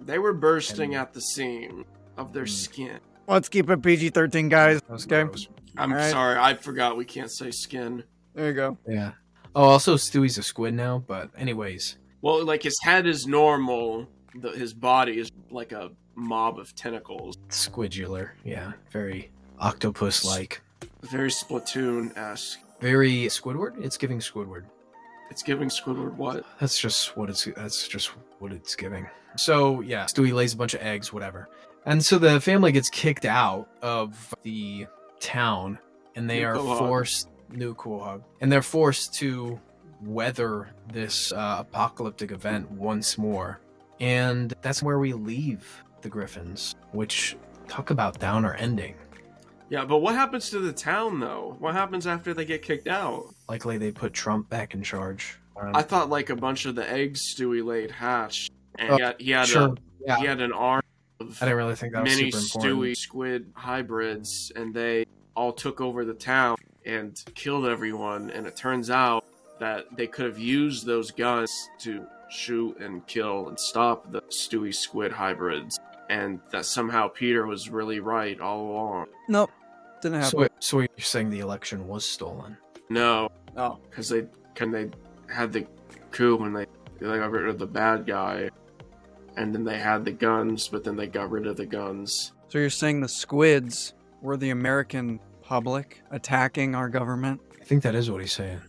Speaker 7: They were bursting at the seam of their skin.
Speaker 5: Let's keep it PG thirteen guys.
Speaker 3: That was
Speaker 5: Okay.
Speaker 3: gross.
Speaker 7: I'm
Speaker 5: All right.
Speaker 7: sorry, I forgot we can't say skin.
Speaker 5: There you go.
Speaker 3: Yeah. Oh, also Stewie's a squid now, but anyways.
Speaker 7: Well, like his head is normal, the, his body is like a mob of tentacles.
Speaker 3: Squidular. Yeah. Very octopus like.
Speaker 7: Very Splatoon esque.
Speaker 3: Very Squidward? It's giving Squidward.
Speaker 7: It's giving Squidward what?
Speaker 3: That's just what it's that's just what it's giving. So yeah, Stewie lays a bunch of eggs, whatever. And so the family gets kicked out of the town and they
Speaker 7: New
Speaker 3: are
Speaker 7: Quahog.
Speaker 3: forced new Quahog. And they're forced to weather this uh, apocalyptic event once more. And that's where we leave the Griffins, which talk about downer ending.
Speaker 7: Yeah, but what happens to the town though? What happens after they get kicked out?
Speaker 3: Likely they put Trump back in charge. Um,
Speaker 7: I thought like a bunch of the eggs Stewie laid hatched, and
Speaker 11: Oh,
Speaker 7: he had, he had, uh,
Speaker 3: sure.
Speaker 7: a,
Speaker 11: yeah.
Speaker 7: he had an arm of
Speaker 3: I didn't really think that was
Speaker 7: mini
Speaker 3: super important.
Speaker 7: Stewie squid hybrids, and they all took over the town and killed everyone. And it turns out that they could have used those guns to shoot and kill and stop the Stewie squid hybrids, and that somehow Peter was really right all along.
Speaker 5: Nope. Didn't happen.
Speaker 3: So, so you're saying the election was stolen?
Speaker 7: No,
Speaker 5: Oh.
Speaker 7: because they can they had the coup when they they got rid of the bad guy, and then they had the guns, but then they got rid of the guns.
Speaker 5: So you're saying the squids were the American public attacking our government?
Speaker 3: I think that is what he's saying.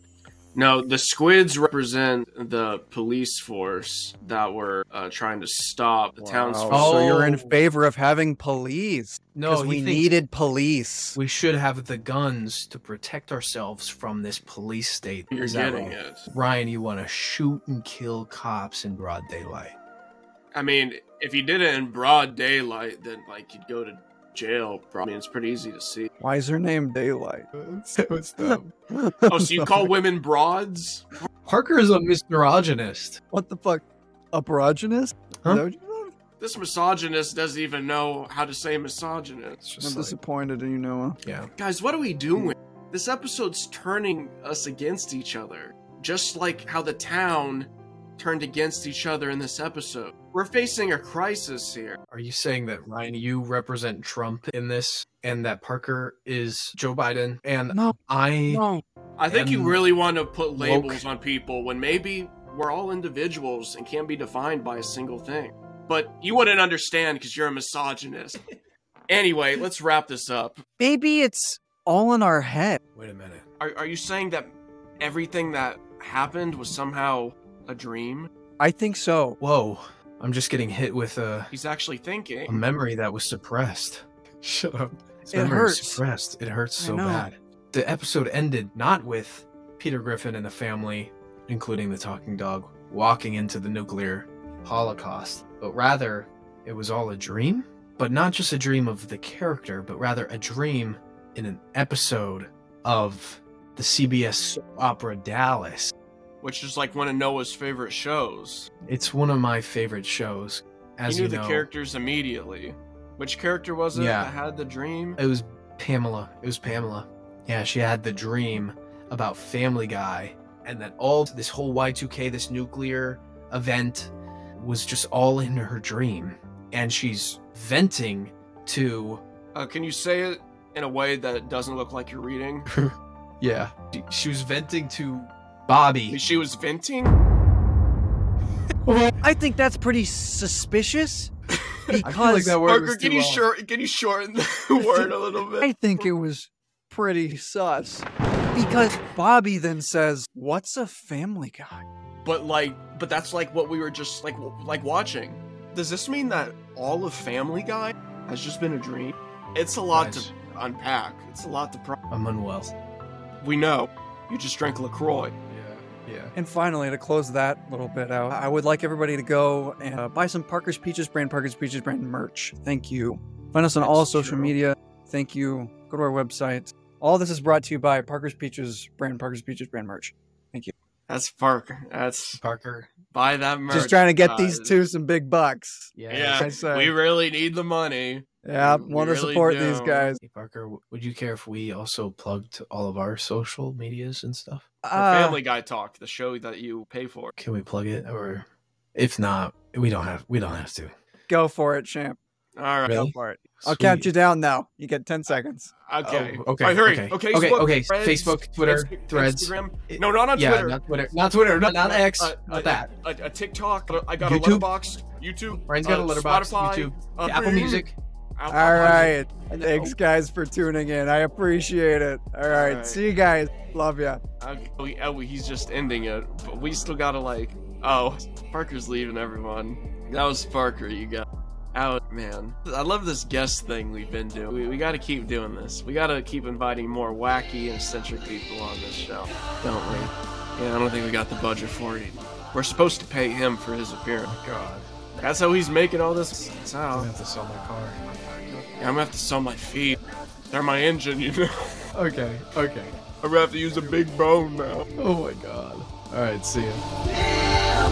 Speaker 7: No, the squids represent the police force that were uh, trying to stop the townsfolk.
Speaker 5: Oh, so you're in
Speaker 3: Oh.
Speaker 5: favor of having police?
Speaker 3: No,
Speaker 5: Because
Speaker 3: he
Speaker 5: we
Speaker 3: thinks
Speaker 5: needed police.
Speaker 3: we should have the guns to protect ourselves from this police state.
Speaker 7: You're
Speaker 3: Is that
Speaker 7: getting
Speaker 3: wrong?
Speaker 7: it.
Speaker 3: Ryan, you want to shoot and kill cops in broad daylight.
Speaker 7: I mean, if you did it in broad daylight, then like you'd go to jail. Bro. I mean, it's pretty easy to see.
Speaker 5: Why is her name Daylight?
Speaker 7: Oh, so you call women broads?
Speaker 3: Parker is a misogynist.
Speaker 5: What the fuck? Abrogenist?
Speaker 3: Huh?
Speaker 7: This misogynist doesn't even know how to say misogynist.
Speaker 3: It's
Speaker 5: I'm
Speaker 3: just like,
Speaker 5: disappointed in you, Noah.
Speaker 3: yeah.
Speaker 7: Guys, what are we doing? This episode's turning us against each other, just like how the town turned against each other in this episode. We're facing a crisis here.
Speaker 3: Are you saying that Ryan, you represent Trump in this, and that Parker is Joe Biden, and
Speaker 5: No,
Speaker 3: I?
Speaker 5: no.
Speaker 7: I think you
Speaker 3: And
Speaker 7: really want to put labels
Speaker 3: woke.
Speaker 7: on people when maybe we're all individuals and can't be defined by a single thing. But you wouldn't understand because you're a misogynist. anyway, let's wrap this up.
Speaker 5: Maybe it's all in our head.
Speaker 3: Wait a minute.
Speaker 7: Are, are you saying that everything that happened was somehow a dream?
Speaker 5: I think so.
Speaker 3: Whoa! I'm just getting hit with a,
Speaker 7: He's actually thinking.
Speaker 3: a memory that was suppressed. Shut up. This
Speaker 5: It
Speaker 3: memory was
Speaker 5: hurts.
Speaker 3: suppressed. It hurts
Speaker 5: I
Speaker 3: so
Speaker 5: know.
Speaker 3: bad. The episode ended not with Peter Griffin and the family, including the talking dog, walking into the nuclear holocaust, but rather it was all a dream. But not just a dream of the character, but rather a dream in an episode of the CBS soap opera Dallas.
Speaker 7: which is like one of Noah's favorite shows.
Speaker 3: It's one of my favorite shows. As
Speaker 7: he knew
Speaker 3: you know,
Speaker 7: the characters immediately. Which character was it
Speaker 3: Yeah.
Speaker 7: that had the dream?
Speaker 3: It was Pamela. It was Pamela. Yeah, she had the dream about Family Guy and that all this whole Y2K, this nuclear event was just all in her dream. And she's venting to,
Speaker 7: Uh, can you say it in a way that doesn't look like you're reading?
Speaker 3: yeah, she, she was venting to
Speaker 7: I
Speaker 3: Bobby.
Speaker 7: mean, She was venting.
Speaker 5: I think that's pretty suspicious. Because
Speaker 3: I
Speaker 5: I,
Speaker 3: feel like that word
Speaker 7: Parker,
Speaker 3: was
Speaker 7: can
Speaker 3: too
Speaker 7: you
Speaker 3: long.
Speaker 7: short? Can you shorten the word a little bit?
Speaker 5: think it was pretty sus. Because Bobby then says, What's a family guy?
Speaker 7: But like, but that's like what we were just like w- like watching. Does this mean that all of Family Guy has just been a dream? It's a lot
Speaker 3: Guys,
Speaker 7: to unpack. It's a lot to. Pro-
Speaker 3: I'm unwell.
Speaker 7: we know. You just drank Lacroix.
Speaker 3: Yeah, yeah.
Speaker 5: And finally, to close that little bit out, I would like everybody to go and uh, buy some Parker's Peaches brand, Parker's Peaches brand merch. Thank you. Find us on all
Speaker 7: That's
Speaker 5: social
Speaker 7: true.
Speaker 5: media. Thank you. Go to our website. All this is brought to you by Parker's Peaches brand, Parker's Peaches brand merch.
Speaker 7: That's Parker. That's
Speaker 3: Parker.
Speaker 7: buy that merch.
Speaker 5: Just trying to get these
Speaker 7: guys.
Speaker 5: two some big bucks.
Speaker 7: Yeah.
Speaker 5: I say.
Speaker 7: Uh, We really need the money.
Speaker 5: yeah,
Speaker 7: we
Speaker 5: want to
Speaker 7: really
Speaker 5: support these
Speaker 7: do.
Speaker 5: guys.
Speaker 3: Hey, Parker, w- would you care if we also plugged all of our social medias and stuff?
Speaker 7: For
Speaker 5: Uh,
Speaker 7: Family Guy Talk, the show that you pay for.
Speaker 3: Can we plug it? Or if not, we don't have we don't have to.
Speaker 5: Ah, Go for it, champ.
Speaker 7: All right.
Speaker 5: Go
Speaker 3: Really?
Speaker 5: for it. I'll count you down now. You get
Speaker 7: Uh,
Speaker 5: 10 seconds.
Speaker 7: Okay.
Speaker 3: Oh, okay,
Speaker 7: All right, hurry.
Speaker 3: okay.
Speaker 7: Okay.
Speaker 3: Okay,
Speaker 7: Facebook,
Speaker 3: okay,
Speaker 7: Threads,
Speaker 3: Facebook, Twitter, Threads.
Speaker 7: Instagram.
Speaker 3: It-
Speaker 7: No, not on
Speaker 3: yeah,
Speaker 7: Twitter.
Speaker 3: not Twitter. Not Twitter. Not, not X.
Speaker 7: Uh,
Speaker 3: not
Speaker 7: uh,
Speaker 3: that.
Speaker 7: A, a TikTok. I got
Speaker 3: YouTube.
Speaker 7: a letterbox. YouTube.
Speaker 3: Ryan's got
Speaker 7: uh,
Speaker 3: a letterbox.
Speaker 7: Spotify,
Speaker 3: YouTube.
Speaker 7: uh,
Speaker 3: Apple Music.
Speaker 7: Apple-
Speaker 5: All right.
Speaker 7: And-
Speaker 5: Thanks, guys, for tuning in. I appreciate it. oh. All right.
Speaker 7: right.
Speaker 5: See you guys. Love ya.
Speaker 7: Okay, we- oh, he's just ending it, but we still gotta like. Oh, Parker's leaving everyone. That was Parker. You got out, man. I love this guest thing we've been doing. We, we gotta keep doing this. We gotta keep inviting more wacky and eccentric people on this show, don't we? Yeah, I don't think we got the budget for it. either. We're supposed to pay him for his appearance.
Speaker 8: God,
Speaker 7: That's how he's making all this
Speaker 8: I'm
Speaker 7: sound.
Speaker 8: gonna have to sell my car.
Speaker 7: Yeah, I'm gonna have to sell my feet. They're my engine, you know.
Speaker 8: Okay, okay.
Speaker 7: I'm gonna have to use a big bone now.
Speaker 8: Oh my god. All right, see ya.